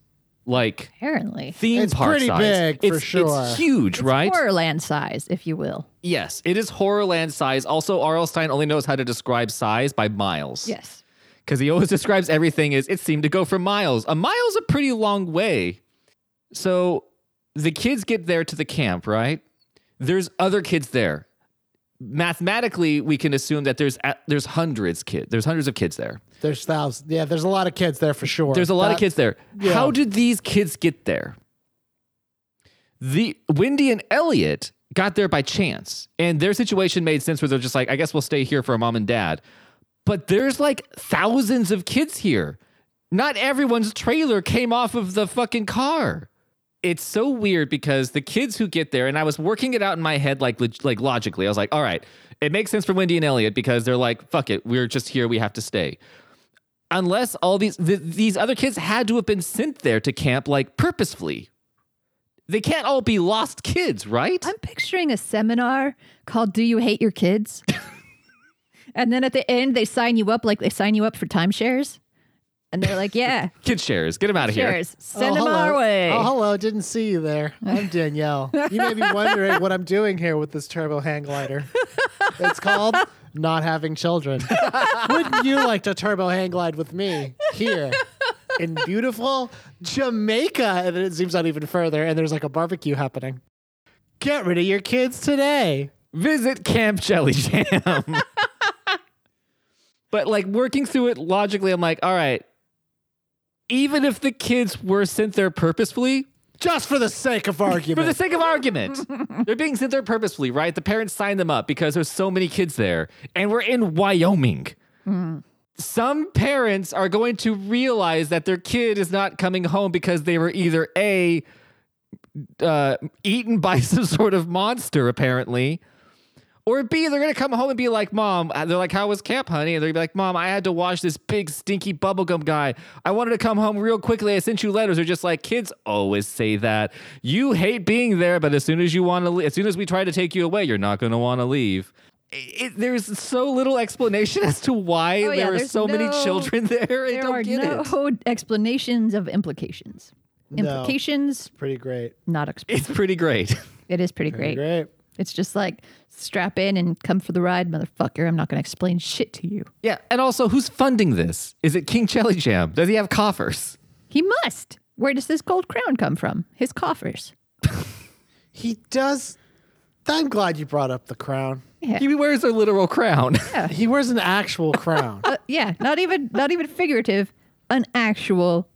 Like
Apparently.
theme
It's
park
pretty
size.
big, for
It's-
sure.
It's huge, right?
Horrorland size, if you will.
Yes, it is Horrorland size. Also, R.L. Stein only knows how to describe size by miles.
Yes.
Because he always <laughs> describes everything as it seemed to go for miles. A mile's a pretty long way. So the kids get there to the camp, right? There's other kids there. Mathematically, we can assume that there's at, there's hundreds kid there's hundreds of kids there.
There's thousands. Yeah, there's a lot of kids there for sure.
There's a lot of
That-
kids there.
yeah.
How did these kids get there? The Wendy and Elliot got there by chance, and their situation made sense where they're just like, I guess we'll stay here for our mom and dad. But there's like thousands of kids here. Not everyone's trailer came off of the fucking car. It's so weird because the kids who get there, and I was working it out in my head, like log- like logically, I was like, all right, it makes sense for Wendy and Elliot because they're like, fuck it, we're just here, we have to stay unless all these th- these other kids had to have been sent there to camp like purposefully. They can't all be lost kids, right?
I'm picturing a seminar called Do You Hate
<laughs>
Your Kids? and then at the end, they sign you up like they sign you up for timeshares. And they're like,
<laughs>
yeah,
Kid shares, get him out of here.
cheers. Send
oh,
them
hello.
our way.
Oh, hello. Didn't see you there. I'm Danielle. you may be wondering what I'm doing here with this turbo hang glider. It's called not having children. Wouldn't you like to turbo hang glide with me here in beautiful Jamaica? And then it zooms out even further, and there's like a barbecue happening. Get rid of your kids today.
Visit Camp Jelly Jam. but like working through it logically, I'm like, all right, even if the kids were sent there purposefully,
Just for the sake of argument.
for the sake of argument, they're being sent there purposefully, right? The parents signed them up because there's so many kids there, and we're in Wyoming. Some parents are going to realize that their kid is not coming home because they were either a uh, eaten by <laughs> some sort of monster, apparently, or B, they're gonna come home and be like, "Mom," uh, they're like, "How was camp, honey?" And they're gonna be like, "Mom, I had to watch this big stinky bubblegum guy. I wanted to come home real quickly. I sent you letters." They're just like, "Kids always say that. You hate being there, but as soon as you want to, as soon as we try to take you away, you're not gonna want to leave." It, it- there's so little explanation <laughs> as to why
Oh, yeah,
there are
there's
so many
no-
children <laughs> there. I
there
don't
are
get it.
no <laughs> explanations of implications. Implications,
Pretty great. <laughs>
not explained.
It's pretty great.
It is pretty
Pretty
great.
great.
It's just like strap in and come for the ride, motherfucker. I'm not going to explain shit to you.
yeah, and also, who's funding this? Is it King Jelly Jam? Does he have coffers?
He must. Where does this gold crown come from? His coffers.
He does. I'm glad you brought up the crown.
Yeah.
He wears a literal crown. <laughs>
He wears an actual crown.
Uh, yeah, not even <laughs> not even figurative, an actual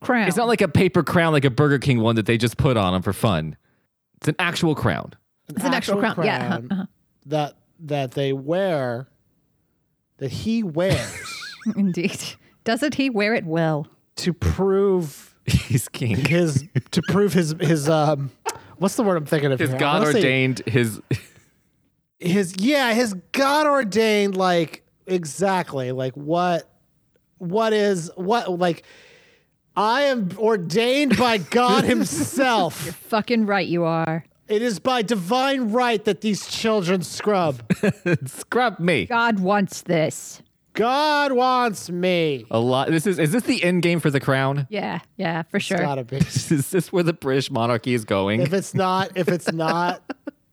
crown.
It's not like a paper crown like a Burger King one that they just put on them for fun. It's an actual crown. <laughs>
It's an actual crown. Yeah, uh-huh, <laughs> uh-huh.
That that they wear, that he
<laughs>
wears
<laughs> indeed. Doesn't he wear it well?
to prove
He's king.
his to prove his his um what's the word I'm thinking of
His
here? I
God
wanna say
ordained his <laughs>
his yeah his God ordained like exactly like what what is what like I am ordained by
<laughs>
God Himself.
Fucking right, you are.
it is by divine right that these children scrub.
scrub me.
God wants this.
God wants me.
A lot. This is is this the end game for the crown? <laughs>
Yeah, yeah, for sure.
Gotta be.
Is this where the British monarchy is going?
If it's not, if
<laughs>
it's not,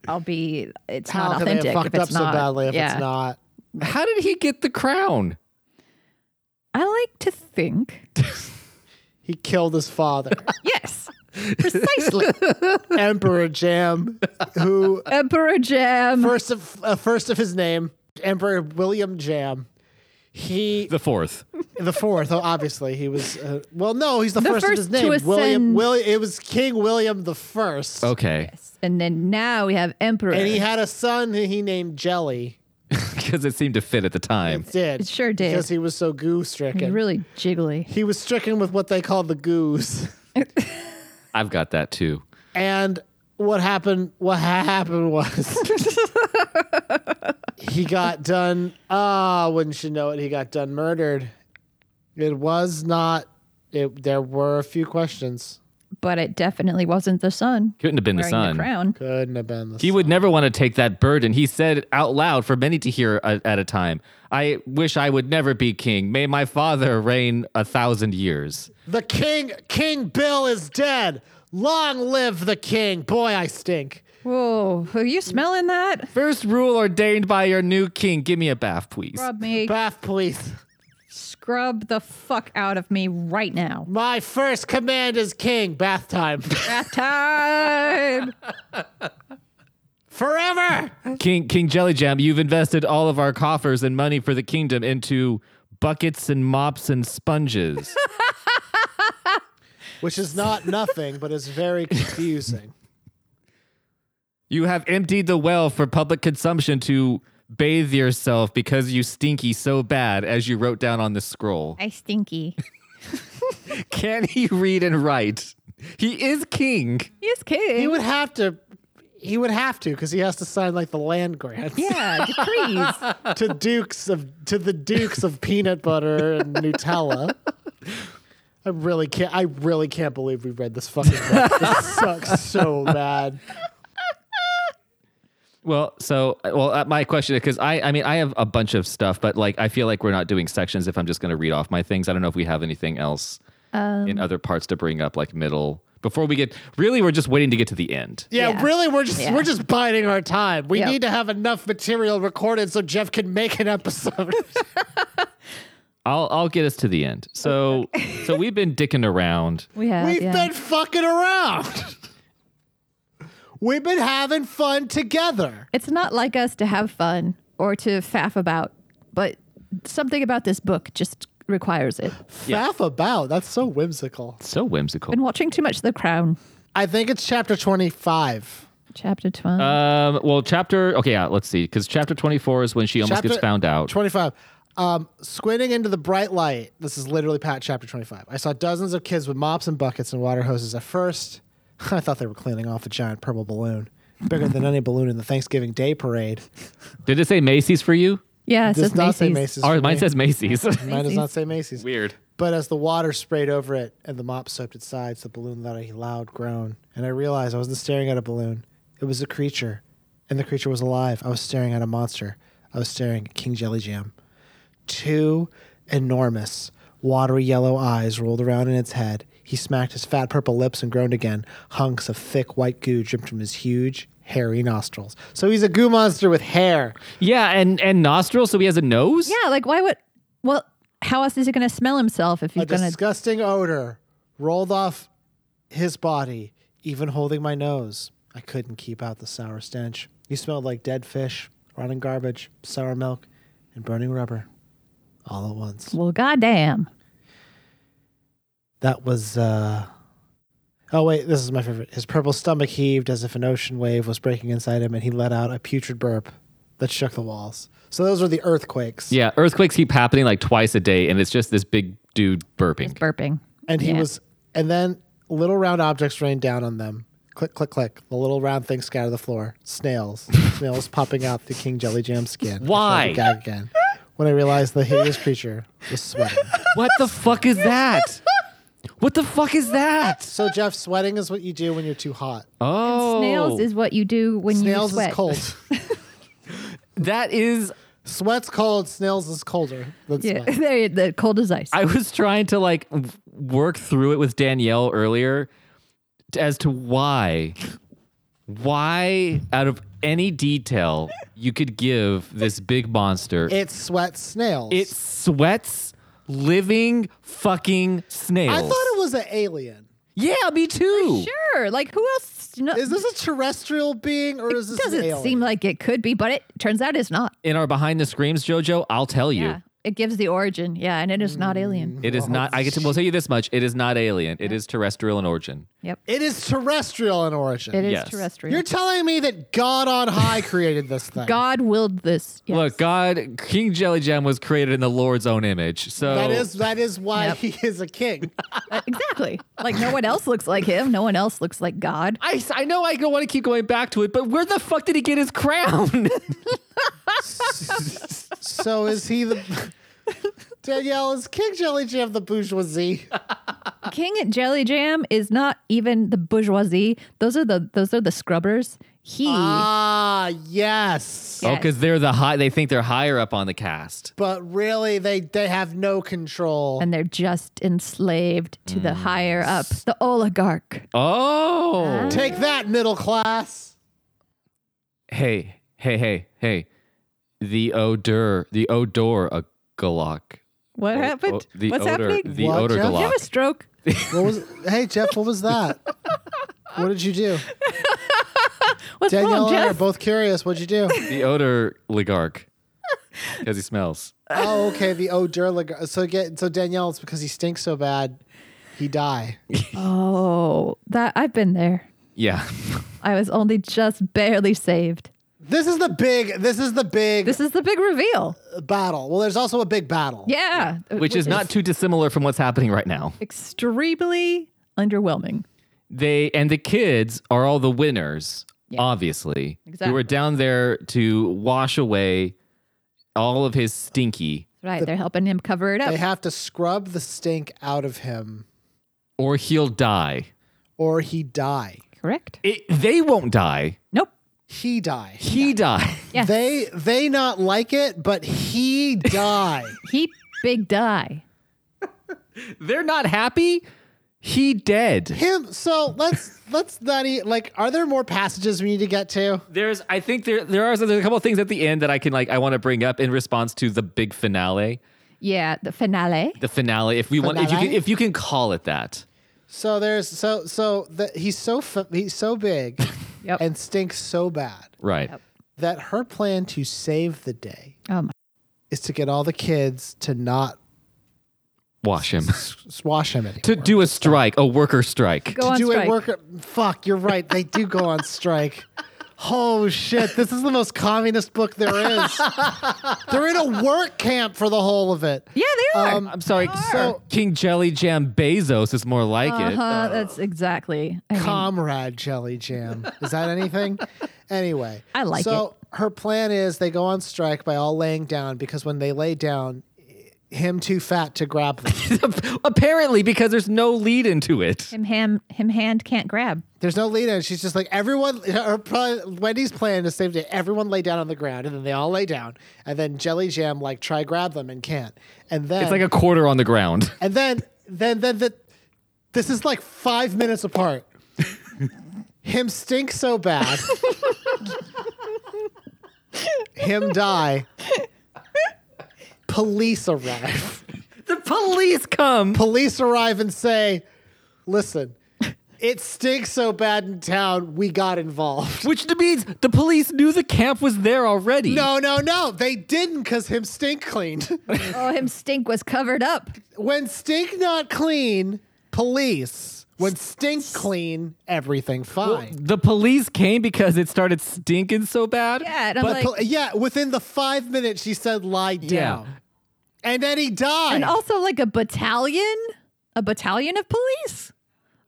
I'll be. It's
how
not
can they have
authentic
fucked
if it's
up so
not.
badly if
yeah.
it's not?
How did he get the crown?
I like to <laughs> think.
He killed his
<laughs>
father,
Yes, <laughs> precisely.
Emperor Jam, who
Emperor Jam.
first of uh, first of his name, Emperor William Jam. He the,
The fourth.
fourth, oh, obviously he was. Uh, well, no, he's the,
The
first,
first
of his
to
name. William,
ascend.
William. It was King William the first,
Okay.
and then now we have Emperor.
and he had a son who he named Jelly.
<laughs> Because it seemed to fit at the time.
It did
It sure did.
because he was so goo stricken.
He's really jiggly.
he was stricken with what they call the goose. <laughs>
I've got that too.
And what happened? What ha- happened was he got done. Ah, wouldn't you know it? He got done murdered. It was not. It, there were a few questions.
But it definitely wasn't the sun
Couldn't have been the
wearing
son.
the crown.
Couldn't have been this.
He would never want to take that burden. He said out loud for many to hear a, at a time, I wish I would never be king. May my father reign a thousand years.
the king, King Bill, is dead. Long live the king. Boy, I stink.
Whoa, are you smelling that?
First rule ordained by your new king give me a bath, please.
Scrub <laughs> me.
Bath police.
Scrub the fuck out of me right now.
My first command is king. Bath <laughs> time.
Bath <laughs> time.
Forever.
King King Jelly Jam, you've invested all of our coffers and money for the kingdom into buckets and mops and sponges.
Which is not nothing, but is <laughs> very confusing.
you have emptied the well for public consumption to bathe yourself because you stinky so bad as you wrote down on the scroll.
I stinky.
Can he read and write? He is king.
He's
He
king.
would have to. He would have to because he has to sign like the land grants
<laughs> Yeah, <laughs> decrees.
to dukes of to the dukes of peanut butter and Nutella. I really can't. I really can't believe we read this fucking book. This sucks so bad.
Well, so well, uh, my question because I, I mean, I have a bunch of stuff, but like, I feel like we're not doing sections. If I'm just going to read off my things, I don't know if we have anything else in other parts to bring up, like middle. Before we get really, we're just waiting to get to the end.
Yeah,
Yeah.
really, we're just
Yeah.
we're just biding our time. We
Yep.
need to have enough material recorded so Jeff can make an episode.
I'll I'll get us to the end. So so we've been dicking around.
We have.
We've
<laughs> yeah.
been fucking around. We've been having fun together.
It's not like us to have fun or to faff about, but something about this book just requires it.
Faff about. That's so whimsical.
So whimsical.
Been watching too much The Crown,
I think it's chapter 25.
chapter 12.
Um. Well, chapter. Okay. Yeah. Let's see. Because chapter 24 is when she almost
chapter
gets found out.
25. Um, squinting into the bright light. This is literally Pat chapter 25. I saw dozens of kids with mops and buckets and water hoses at first. <laughs> I thought they were cleaning off a giant purple balloon, bigger than any balloon in the Thanksgiving Day parade.
Did it say Macy's for you?
yeah, it
does
says
not say
Macy's.
Macy's.
Or
for
mine
me. <laughs>
says Macy's.
Mine does not say Macy's.
Weird.
But as the water sprayed over it and the mop soaped its sides, the balloon let a loud groan. And I realized I wasn't staring at a balloon. It was a creature. And the creature was alive. I was staring at a monster. I was staring at King Jelly Jam. Two enormous, watery yellow eyes rolled around in its head. He smacked his fat purple lips and groaned again. Hunks of thick white goo dripped from his huge, hairy nostrils. So he's a goo monster with hair.
Yeah. And and nostrils. So he has a nose.
Yeah, like why would? Well, how else is he going to smell himself if he's
A
going to?
disgusting odor rolled off his body, even holding my nose. I couldn't keep out the sour stench. You smelled like dead fish, rotting garbage, sour milk, and burning rubber all at once.
Well, goddamn.
That was, uh. Oh, wait, this is my favorite. His purple stomach heaved as if an ocean wave was breaking inside him, and he let out a putrid burp that shook the walls. So those were the earthquakes.
Yeah, earthquakes keep happening like twice a day, and it's just this big dude burping.
Burping.
and he
Yeah.
was and then little round objects rained down on them click click click the little round things scatter the floor
<laughs>
snails snails popping out the king jelly jam skin I started
Why?
to gag again when i realized the hideous creature was sweating
<laughs>
What the fuck is that? What the fuck is that?
so jeff sweating is what you do when you're too hot
Oh,
Snails is what you do when
snails
you sweat.
is cold
that is.
sweat's cold snails is colder than
<laughs> Yeah, <laughs>
sweat
there, you- the cold as ice.
I was trying to like w- work through it with Danielle earlier t- as to why, why out of any detail you could give this big monster, it,
it sweats snails
sweats living fucking snails.
i thought it was an alien
yeah, me too.
sure. Like who else? No,
is this a terrestrial being or is this
doesn't
an alien?
seem like it could be, but it turns out it's not.
In our behind the screams, Jojo, I'll tell you.
Yeah, it gives the origin. Yeah, and it is not
Mm.
alien.
It is not. I get to. We'll tell you this much. It is not alien. It is terrestrial in origin.
Yep,
it is terrestrial in origin
it is
yes.
terrestrial.
You're telling me that God on high created this thing.
God willed this. Yes.
Look, God, King Jelly Jam was created in the Lord's own image. So
That is that is why
Yep.
he is a king.
Uh, exactly. Like no one else looks like him. No one else looks like God.
I, s- I know I don't want to keep going back to it, but where the fuck did he get his crown? <laughs>
so is he the <laughs> Danielle, is King Jelly Jam the bourgeoisie?
King at Jelly Jam is not even the bourgeoisie. Those are the those are the scrubbers. He
ah, yes.
Oh,
Yes.
because they're the high. They think they're higher up on the cast.
But really they they have no control.
and they're just enslaved to the
Mm.
higher up, the oligarch.
Oh,
Ah.
Take that, middle class.
hey, hey, hey, hey, the odor, the odor, a galak.
What happened?
O- the
Uh, What's
odor,
happening?
The
What,
odor
Jeff?
you
galak.
have a stroke.
What was Hey Jeff, what was that? What did you do?
What's
Danielle
wrong,
and I are
Jeff?
both curious. What'd you do?
The odor oligarch, because
<laughs>
he smells.
Oh, okay. The odor. lag- So get so Danielle. It's because he stinks so bad, he die.
Oh, that I've been there.
Yeah.
I was only just barely saved.
This is the big. This is the big
This is the big reveal.
battle. Well, there's also a big battle.
Yeah,
<laughs> Which is not too dissimilar from what's happening right now.
extremely underwhelming.
they and the kids are all the winners
Yeah.
obviously who
Exactly.
were down there to wash away all of his stinky
Right, they're helping him cover it up.
They have to scrub the stink out of him,
or he'll die
or he die.
Correct?
it, they won't die
Nope.
He die.
He died. <laughs>
Yeah.
They they not like it, but
<laughs>
he die.
He big die.
They're not happy. He dead.
Him. So let's let's not eat. Like, are there more passages we need to get to?
There's, I think there there are there's a couple of things at the end that I can like I want to bring up in response to the big finale.
Yeah, the finale.
The finale, if we want, if you can,
Finale?
if you can call it that.
So there's so so that he's so f- he's so big,
<laughs> Yep.
and stinks so bad
Right.
that her plan to save the day
Oh my.
is to get all the kids to not
Wash him. <laughs>
swash him anymore.
to do a strike, a worker strike.
Go
to
on
do
strike.
a worker. Fuck, you're right. They do go on strike. Oh shit! This is the most communist book there is. They're in a work camp for the whole of it. Um,
Yeah, they are.
I'm sorry.
So-
King Jelly Jam Bezos is more like it.
uh, that's exactly. I mean,
Comrade Jelly Jam. Is that anything? anyway,
I like
So her plan is they go on strike by all laying down because when they lay down, him too fat to grab them.
<laughs> Apparently, because there's no lead into it.
him ham him hand can't grab.
There's no lead in. She's just like everyone. Her plan, Wendy's plan is save day. Everyone lay down on the ground and then they all lay down and then Jelly Jam like try grab them and can't. And then
It's like a quarter on
<laughs>
the ground.
And then, then, then, the, this is like five minutes apart. Him stink so bad. Him die. Police arrive.
The police come.
Police arrive and say, listen, it stinks so bad in town, we got involved.
Which means the police knew the camp was there already.
No, no, no, they didn't because him stink cleaned. <laughs>
Oh, him stink was covered up.
when stink not clean, police. When stink clean, everything fine.
The police came because it started stinking so bad.
Yeah, and I'm
But
like,
pol- yeah, within the five minutes, she said lie down, and then he died.
and also like a battalion, a battalion of police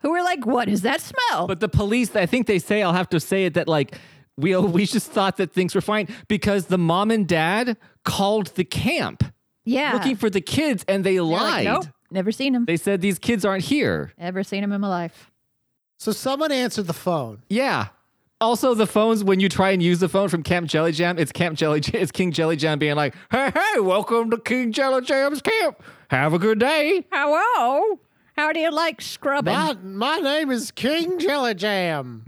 who were like, "What is that smell?"
But the police, I think they say, I'll have to say it, that like, we, we just thought that things were fine because the mom and dad called the camp
yeah,
looking for the kids and they
They're
lied.
Like, nope, never seen him.
They said these kids aren't here.
Ever seen him in my life?
so someone answered the phone.
Yeah. Also, the phones, when you try and use the phone from Camp Jelly Jam, it's Camp Jelly Jam, it's King Jelly Jam being like, hey, hey, welcome to King Jelly Jam's camp. Have a good day. <laughs>
Hello, how do you like scrubbing?
My, my name is King Jelly Jam.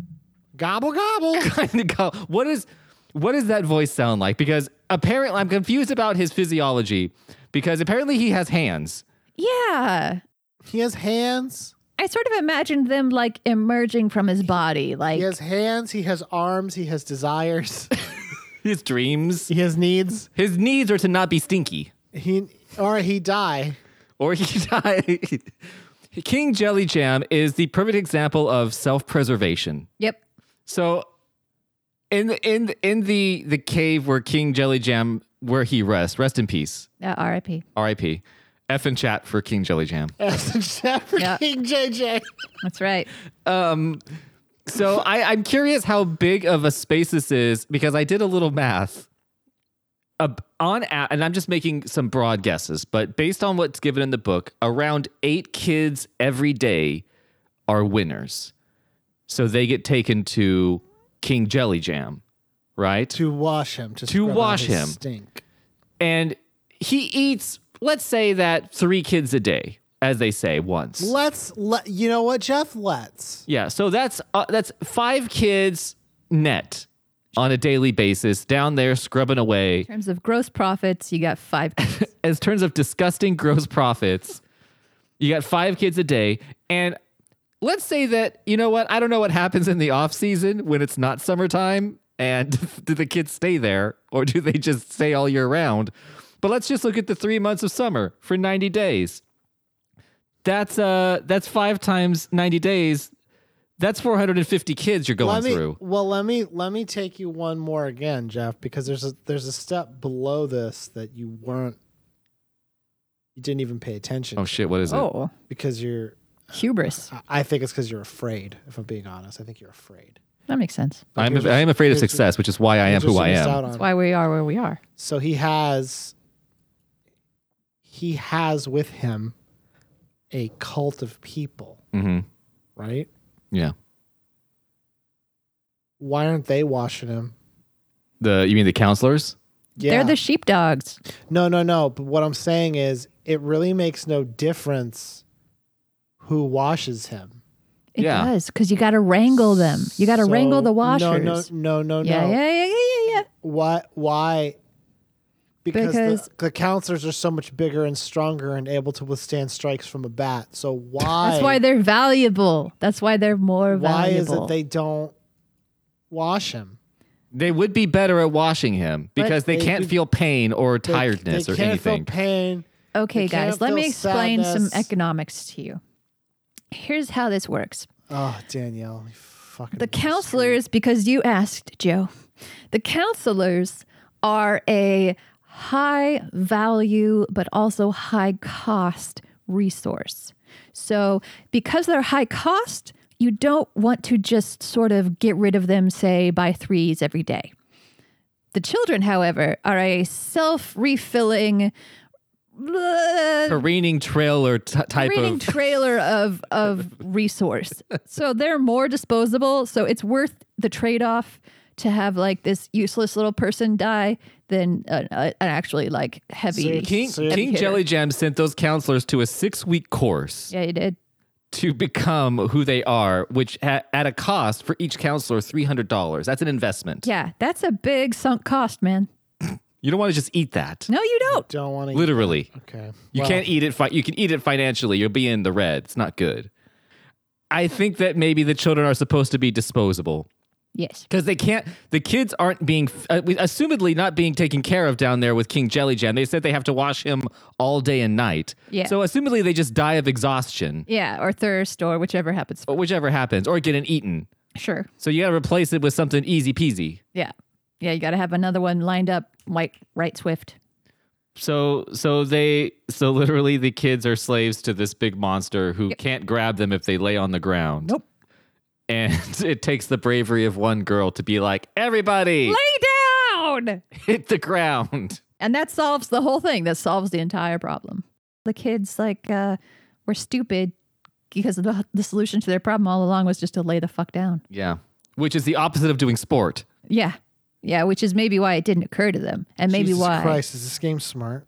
Gobble
<laughs>
gobble.
kind of go, what is what does that voice sound like? Because apparently I'm confused about his physiology because apparently he has hands.
yeah,
he has hands.
I sort of imagined them like emerging from his body, like
He has hands. He has arms. He has desires. <laughs>
His dreams.
he has needs.
His needs are to not be stinky.
He or he die. <laughs>
Or he <laughs> died. King Jelly Jam is the perfect example of self-preservation.
yep,
So in in in the the cave where King Jelly Jam where he rests, rest in peace.
uh, R.I.P.
R.I.P. F in chat for King Jelly Jam.
As a chef for
Yeah.
King JJ.
That's right.
So I, I'm curious how big of a space this is because I did a little math. Ab- on a- and I'm just making some broad guesses, but based on what's given in the book, around eight kids every day are winners. So they get taken to King Jelly Jam, right?
To wash him. To,
To
scrub out
wash
his
him.
Stink.
And he eats, let's say that three kids a day, as they say once.
Let's let you know what Jeff lets.
Yeah, so that's uh, that's five kids net on a daily basis down there scrubbing away.
In terms of gross profits, you got
<laughs>
five. <laughs>
As terms of disgusting gross profits, you got five kids a day, and let's say that you know what I don't know what happens in the off season when it's not summertime, and <laughs> do the kids stay there or do they just stay all year round? But let's just look at the three months of summer for ninety days. That's uh that's five times ninety days. That's four hundred and fifty kids you're going
let me,
through.
Well, let me let me take you one more again, Jeff, because there's a there's a step below this that you weren't you didn't even pay attention
Oh
to
shit! What is it?
oh,
because you're
hubris.
I- I think it's because you're afraid, if I'm being honest. I think you're afraid.
That makes sense.
Like,
I'm
you're
I am
just-
afraid of
you're just-
success, which is why I
you're
am
just
who I
missed
am.
out on
That's
it.
why we are where we are.
So he has he has with him a cult of people,
Mm-hmm.
right?
Yeah.
Why aren't they washing him?
The you mean the counselors?
Yeah.
They're the sheepdogs.
No, no, no. But what I'm saying is, it really makes no difference who washes him.
It
Yeah.
does because you got to wrangle them. You got to
So-
wrangle the washers.
No, no, no, no,
yeah,
no.
yeah, yeah, yeah, yeah, yeah.
Why? Why? Because,
Because-
the, the counselors are so much bigger and stronger and able to withstand strikes from a bat. So why?
That's why they're valuable. That's why they're more
why is
valuable.
it they don't wash him?
They would be better at washing him because they,
they
can't
would-
feel pain or
They-
tiredness
they
or
can't
anything.
Feel pain.
Okay,
They can't
guys, let
feel
me explain
sadness.
some economics to you. Here's how this works.
Oh, Danielle, you fucking.
The counselors, because you asked, Joe, the counselors are a high value but also high cost resource. So, because they're high cost, you don't want to just sort of get rid of them, say, by threes every day. The children, however, are a self refilling.
Careening trailer t- type
reading
of
trailer of of resource. So they're more disposable. So it's worth the trade off to have like this useless little person die than an, a- an actually like heavy.
<laughs> King
So-
King
hitter.
Jelly Jam sent those counselors to a six week course
Yeah, you did.
to become who they are, which ha- at a cost for each counselor three hundred dollars. That's an investment.
Yeah, that's a big sunk cost, man.
You don't want to just eat that.
No, you don't.
don't want to.
Literally,
Okay.
you
Well,
can't eat it. Fi- you can eat it financially. You'll be in the red. It's not good. I think that maybe the children are supposed to be disposable.
Yes.
Because they can't, the kids aren't being, uh, we- assumedly not being taken care of down there with King Jelly Jam. They said they have to wash him all day and night.
Yeah.
So assumedly they just die of exhaustion,
Yeah, or thirst or whichever happens.
or whichever happens, or getting eaten.
Sure.
So you got to replace it with something easy peasy.
Yeah. Yeah, you got to have another one lined up, like right swift.
So, so they, so literally the kids are slaves to this big monster who can't grab them if they lay on the ground.
Nope.
And <laughs> it takes the bravery of one girl to be like, everybody
Lay down.
hit the ground.
And that solves the whole thing. That solves the entire problem. The kids like uh, were stupid because the, the solution to their problem all along was just to lay the fuck down.
Yeah. Which is the opposite of doing sport.
Yeah. Yeah, which is maybe why it didn't occur to them. And maybe
Jesus
why.
Christ, is this game smart?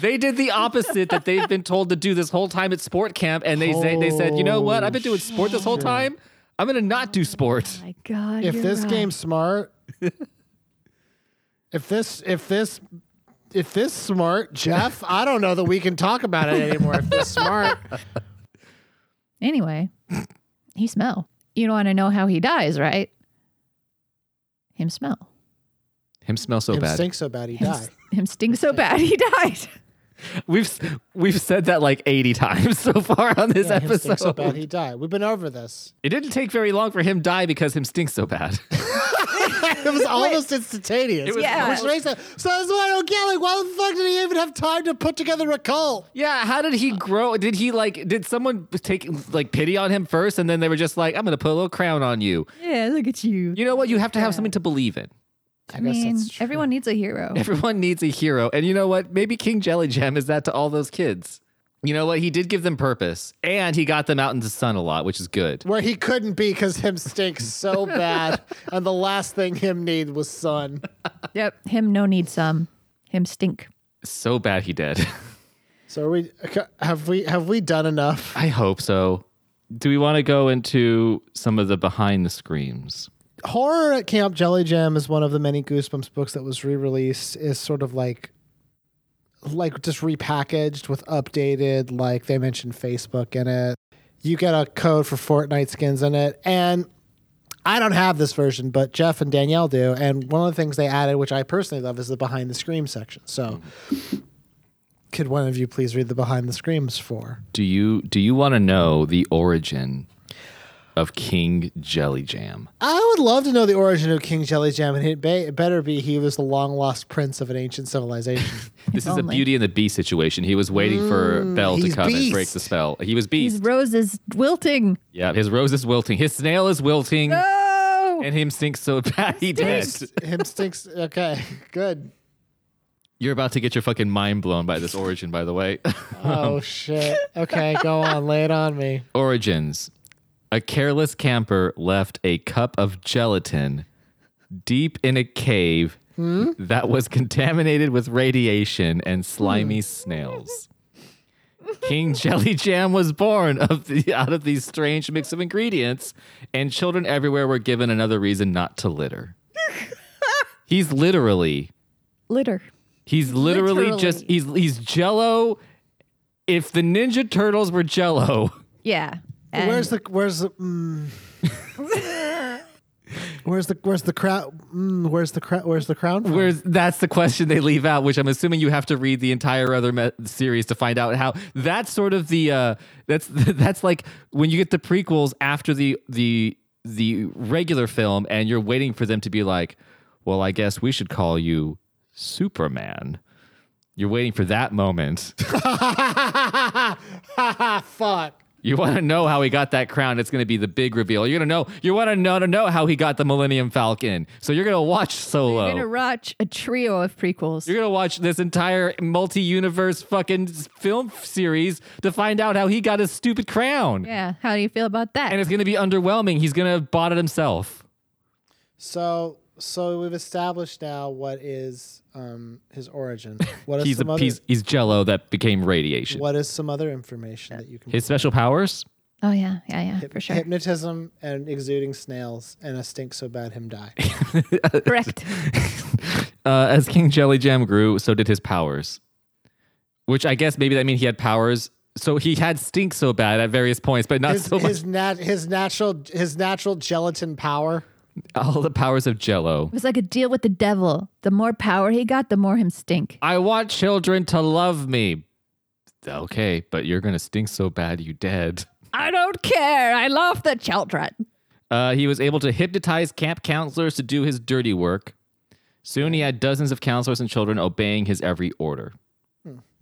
They did the opposite that they've been told to do this whole time at sport camp, and they say, they said, you know what? I've been doing sport this whole time. I'm gonna not do sport.
My God.
if
you're
this
right.
game's smart, if this, if this, if this smart, Jeff, I don't know that we can talk about it anymore. If this smart,
Anyway, he smell. You don't want to know how he dies, right? Him smell.
Him smell so
him
bad.
stinks so bad he
Him,
die.
s- him
<laughs>
stink so bad he died.
We've s- we've said that like 80 times so far on this
Yeah, him
episode.
stinks so bad he die. We've been over this.
it didn't take very long for him die because him stinks so bad.
<laughs> It was almost instantaneous.
It was
Yeah.
Which makes sense. So that's what I don't get. Like, why the fuck did he even have time to put together a cult?
yeah, how did he grow? Did he like did someone take like pity on him first and then they were just like I'm going to put a little crown on you.
Yeah, look at you.
You know what? You have to have something to believe in.
I, mean, everyone needs a hero.
<laughs> Everyone needs a hero. And you know what? Maybe King Jelly Jam is that to all those kids. You know what? He did give them purpose and he got them out in the sun a lot, which is good.
Where he couldn't be because him stinks so <laughs> bad, and the last thing him need was sun.
yep. Him no need some. Him stink.
So bad he did. <laughs>
So are we have we have we done enough?
I hope so. Do we want to go into some of the behind the screams?
Horror at Camp Jelly Jam is one of the many Goosebumps books that was re-released. Is sort of like, like just repackaged with updated. Like they mentioned Facebook in it. You get a code for Fortnite skins in it, and I don't have this version, but Jeff and Danielle do. And one of the things they added, which I personally love, is the behind the scream section. So, could one of you please read the behind the screams for?
Do you do you want to know the origin of King Jelly Jam?
I would love to know the origin of King Jelly Jam, and it, be, it better be he was the long lost prince of an ancient civilization.
<laughs> This is
only.
a Beauty and the Beast situation. He was waiting for Belle to
Mm, he's
come and
Beast.
break the spell. He was
These
Beast.
roses wilting.
yeah, his rose is wilting. His snail is wilting.
Oh,
And him stinks so bad he did.
Him stinks. Okay,
<laughs>
good.
You're about to get your fucking mind blown by this origin, by the way. <laughs>
Oh shit. Okay, go on. Lay it on me.
Origins. A careless camper left a cup of gelatin deep in a cave that was contaminated with radiation and slimy snails. King Jelly Jam was born of the, out of these strange mix of ingredients, and children everywhere were given another reason not to litter. He's literally
Litter.
He's literally,
Literally.
just he's he's jello. If the Ninja Turtles were jello, <laughs>
Yeah. And
where's the where's the mm, where's the where's the crown? Mm, where's the crown? Where's the crown? from?
whereas that's the question they leave out, which I'm assuming you have to read the entire other me- series to find out how. That's sort of the uh, that's <laughs> that's like when you get the prequels after the the the regular film, and you're waiting for them to be like, well, I guess we should call you Superman. You're waiting for that moment. <laughs>
fuck.
You want to know how he got that crown. It's going to be the big reveal. You're going to know. You want to know to know how he got the Millennium Falcon. So you're going to watch Solo.
You're gonna watch a trio of prequels.
You're going to watch this entire multi-universe fucking s- film f- series to find out how he got his stupid crown.
yeah. How do you feel about that?
And it's going to be underwhelming. He's going to have bought it himself.
So so we've established now what is um his origin. What is
He's a
some other,
piece. He's Jello that became radiation.
What is some other information that you can?
His special powers.
oh yeah, yeah, yeah, for sure.
Hypnotism and exuding snails and a stink so bad him
<laughs>
die.
<laughs> Correct.
Uh, as King Jelly Jam grew, so did his powers. Which I guess maybe that means he had powers. So he had stink so bad at various points, but not
His
so much.
his, nat- his natural his natural gelatin power.
all the powers of jello.
It was like a deal with the devil. The more power he got, the more him stink.
I want children to love me. Okay, but you're going to stink so bad you dead.
I don't care. I love the children.
Uh, he was able to hypnotize camp counselors to do his dirty work. Soon he had dozens of counselors and children obeying his every order.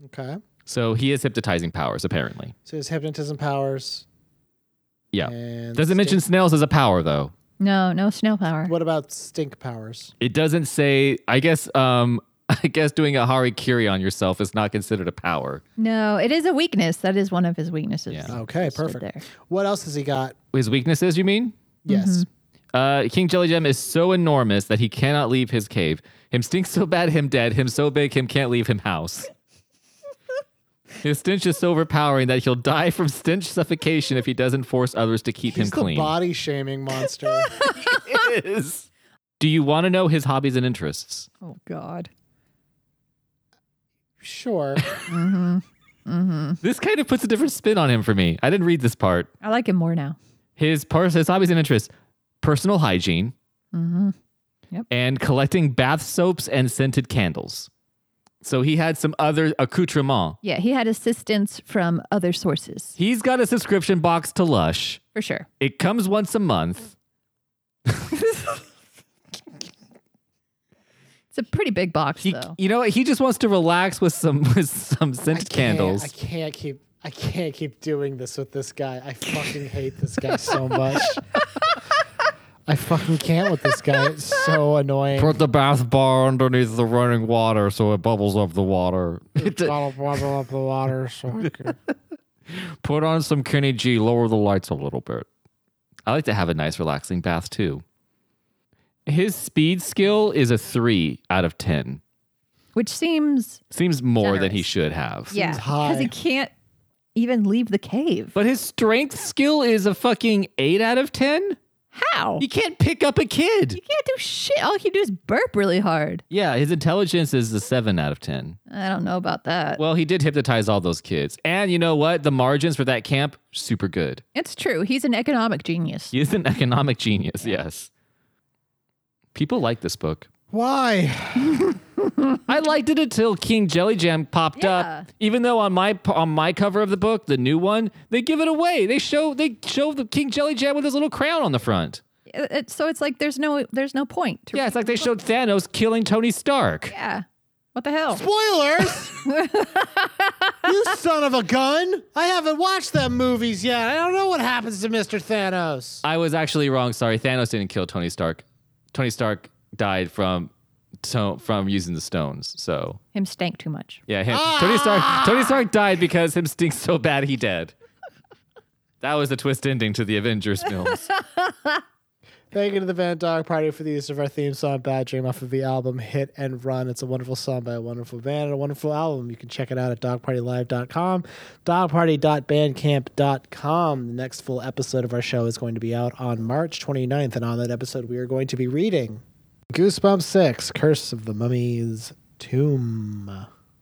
Okay,
So he has hypnotizing powers, apparently.
so his hypnotism powers.
Yeah.
And
Doesn't mention snails as a power, though.
No, no snow power.
What about stink powers?
It doesn't say, I guess, um, <laughs> I guess doing a harikiri on yourself is not considered a power.
No, it is a weakness. That is one of his weaknesses. Oh,
Yeah.
Okay,
Listed
perfect.
there. Mm-hmm.
What else has he got?
His weaknesses, you mean?
Yes.
Uh, King Jelly Gem is so enormous that he cannot leave his cave. Him stinks so bad, him dead. Him so big, him can't leave him house. his stench is so overpowering that he'll die from stench suffocation if he doesn't force others to keep
He's
him
the
clean. <laughs>
body shaming
<laughs>
monster.
Is- Do you want to know his hobbies and interests?
Oh God.
<laughs>
sure.
This kind of puts a different spin on him for me. I didn't read this part.
I like him more now.
His pers- his hobbies and interests: personal hygiene,
Yep.
and collecting bath soaps and scented candles. So he had some other accoutrements.
Yeah, he had assistance from other sources
He's got a subscription box to Lush.
for sure.
It comes once a month.
It's a pretty big box,
He,
though.
you know, what? he just wants to relax with some <laughs> with some
I
scented
can't-
candles.
I can't keep. I can't keep doing this with this guy. I fucking hate this guy so
<laughs>
much. I fucking can't with this guy. It's so annoying.
Put the bath bar underneath the running water so it bubbles up the <laughs> water.
<laughs> Bottle- bottle up the water. so I can-
Put on some Kenny G, lower the lights a little bit. I like to have a nice relaxing bath too. His speed skill is a 3 out of 10.
Which seems
Seems more than he
Generous.
should have.
yeah, because
high.
he can't even leave the cave.
But his strength skill is a fucking 8 out of 10?
How?
He can't pick up a kid.
He can't do shit. All he can do is burp really hard.
Yeah, his intelligence is a seven out of ten.
I don't know about that.
Well, he did hypnotize all those kids, and you know what? The margins for that camp super good.
it's true. He's an economic genius.
He is an <laughs> economic genius. Yes, people like this book.
<laughs> Why?
I liked it until King Jelly Jam popped
Yeah.
up. Even though on my on my cover of the book, the new one, they give it away. They show they show the King Jelly Jam with his little crown on the front.
It- it- so it's like there's no there's no point. To
Yeah, it's like they showed Thanos killing Tony Stark.
yeah. What the
<laughs>
hell?
Spoilers! you son of a gun! I haven't watched them movies yet. I don't know what happens to Mr. Thanos.
I was actually wrong. Sorry, Thanos didn't kill Tony Stark. Tony Stark died from to- from using the stones. So
Him stank too much.
yeah, him, Tony Stark. Tony Stark died because him stinks so bad he dead. That was the twist ending to the Avengers films.
Thank you to the Van Dog Party for the use of our theme song Bad Dream off of the album Hit and Run. It's a wonderful song by a wonderful band and a wonderful album. You can check it out at dogpartylive.com, dogparty.bandcamp.com. The next full episode of our show is going to be out on March 29th, and on that episode, we are going to be reading Goosebumps 6 Curse of the Mummy's Tomb.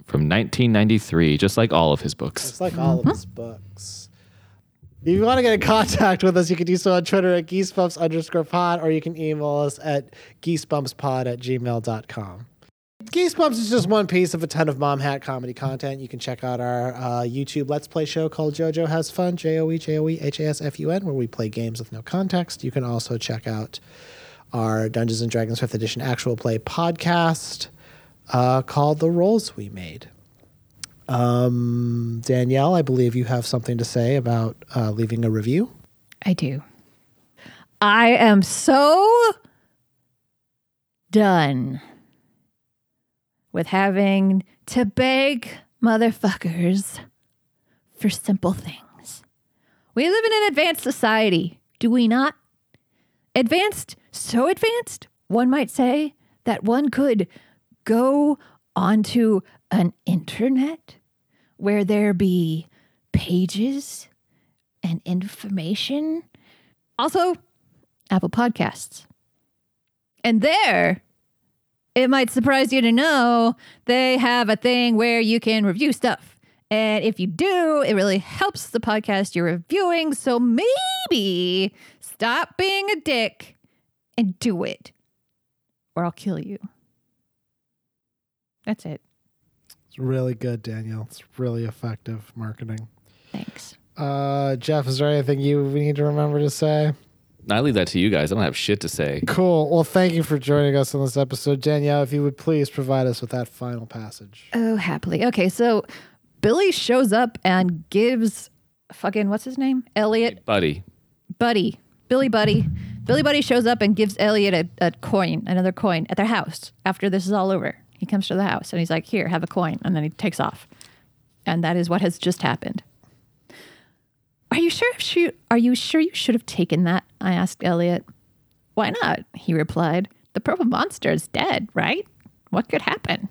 From 1993, just like all of his books.
It's like all of his books. If you want to get in contact with us, you can do so on Twitter at geesebumps underscore pod, or you can email us at geesebumpspod at gmail.com. Geesebumps is just one piece of a ton of mom hat comedy content. You can check out our uh, YouTube Let's Play show called JoJo Has Fun, J O E J O E H A S F U N, where we play games with no context. You can also check out our Dungeons and Dragons 5th Edition actual play podcast uh, called The Rolls We Made. Um, Danielle, I believe you have something to say about uh, leaving a review.
I do. I am so done with having to beg motherfuckers for simple things. We live in an advanced society, do we not? Advanced, so advanced, one might say that one could go onto an internet where there be pages and information. Also, Apple Podcasts. And there, it might surprise you to know they have a thing where you can review stuff. And if you do, it really helps the podcast you're reviewing. So maybe stop being a dick and do it, or I'll kill you. That's it.
It's really good, Danielle. It's really effective marketing.
Thanks.
Uh, Jeff, is there anything you need to remember to say?
I leave that to you guys. I don't have shit to say.
Cool. Well, thank you for joining us on this episode. Danielle, if you would please provide us with that final passage.
Oh, happily. Okay, so Billy shows up and gives fucking what's his name? Elliot
Buddy,
Buddy. Billy Buddy. Billy Buddy shows up and gives Elliot a, a coin, another coin, at their house after this is all over. He comes to the house and he's like, Here, have a coin. And then he takes off. And that is what has just happened. Are you sure she are you sure you should have taken that? I asked Elliot. Why not? He replied. The purple monster is dead, right? What could happen?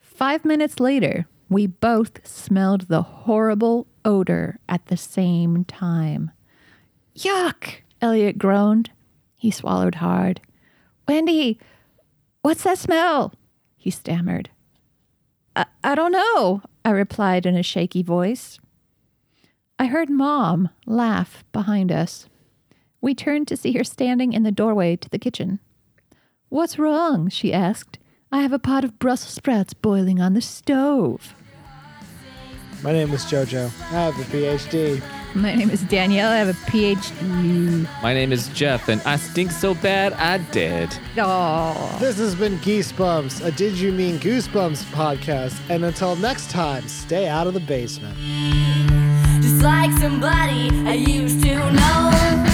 Five minutes later, we both smelled the horrible odor at the same time. Yuck! Elliot groaned. He swallowed hard. Wendy, what's that smell? He stammered. I, I don't know, I replied in a shaky voice. I heard Mom laugh behind us. We turned to see her standing in the doorway to the kitchen. What's wrong? she asked. I have a pot of Brussels sprouts boiling on the stove.
My name is JoJo. I have a PhD.
My name is Danielle. I have a PhD.
my name is Jeff, and I stink so bad I dead.
Oh.
This has been Geesebumps, a Did You Mean Goosebumps podcast. And until next time, stay out of the basement.
Just like somebody I used to know.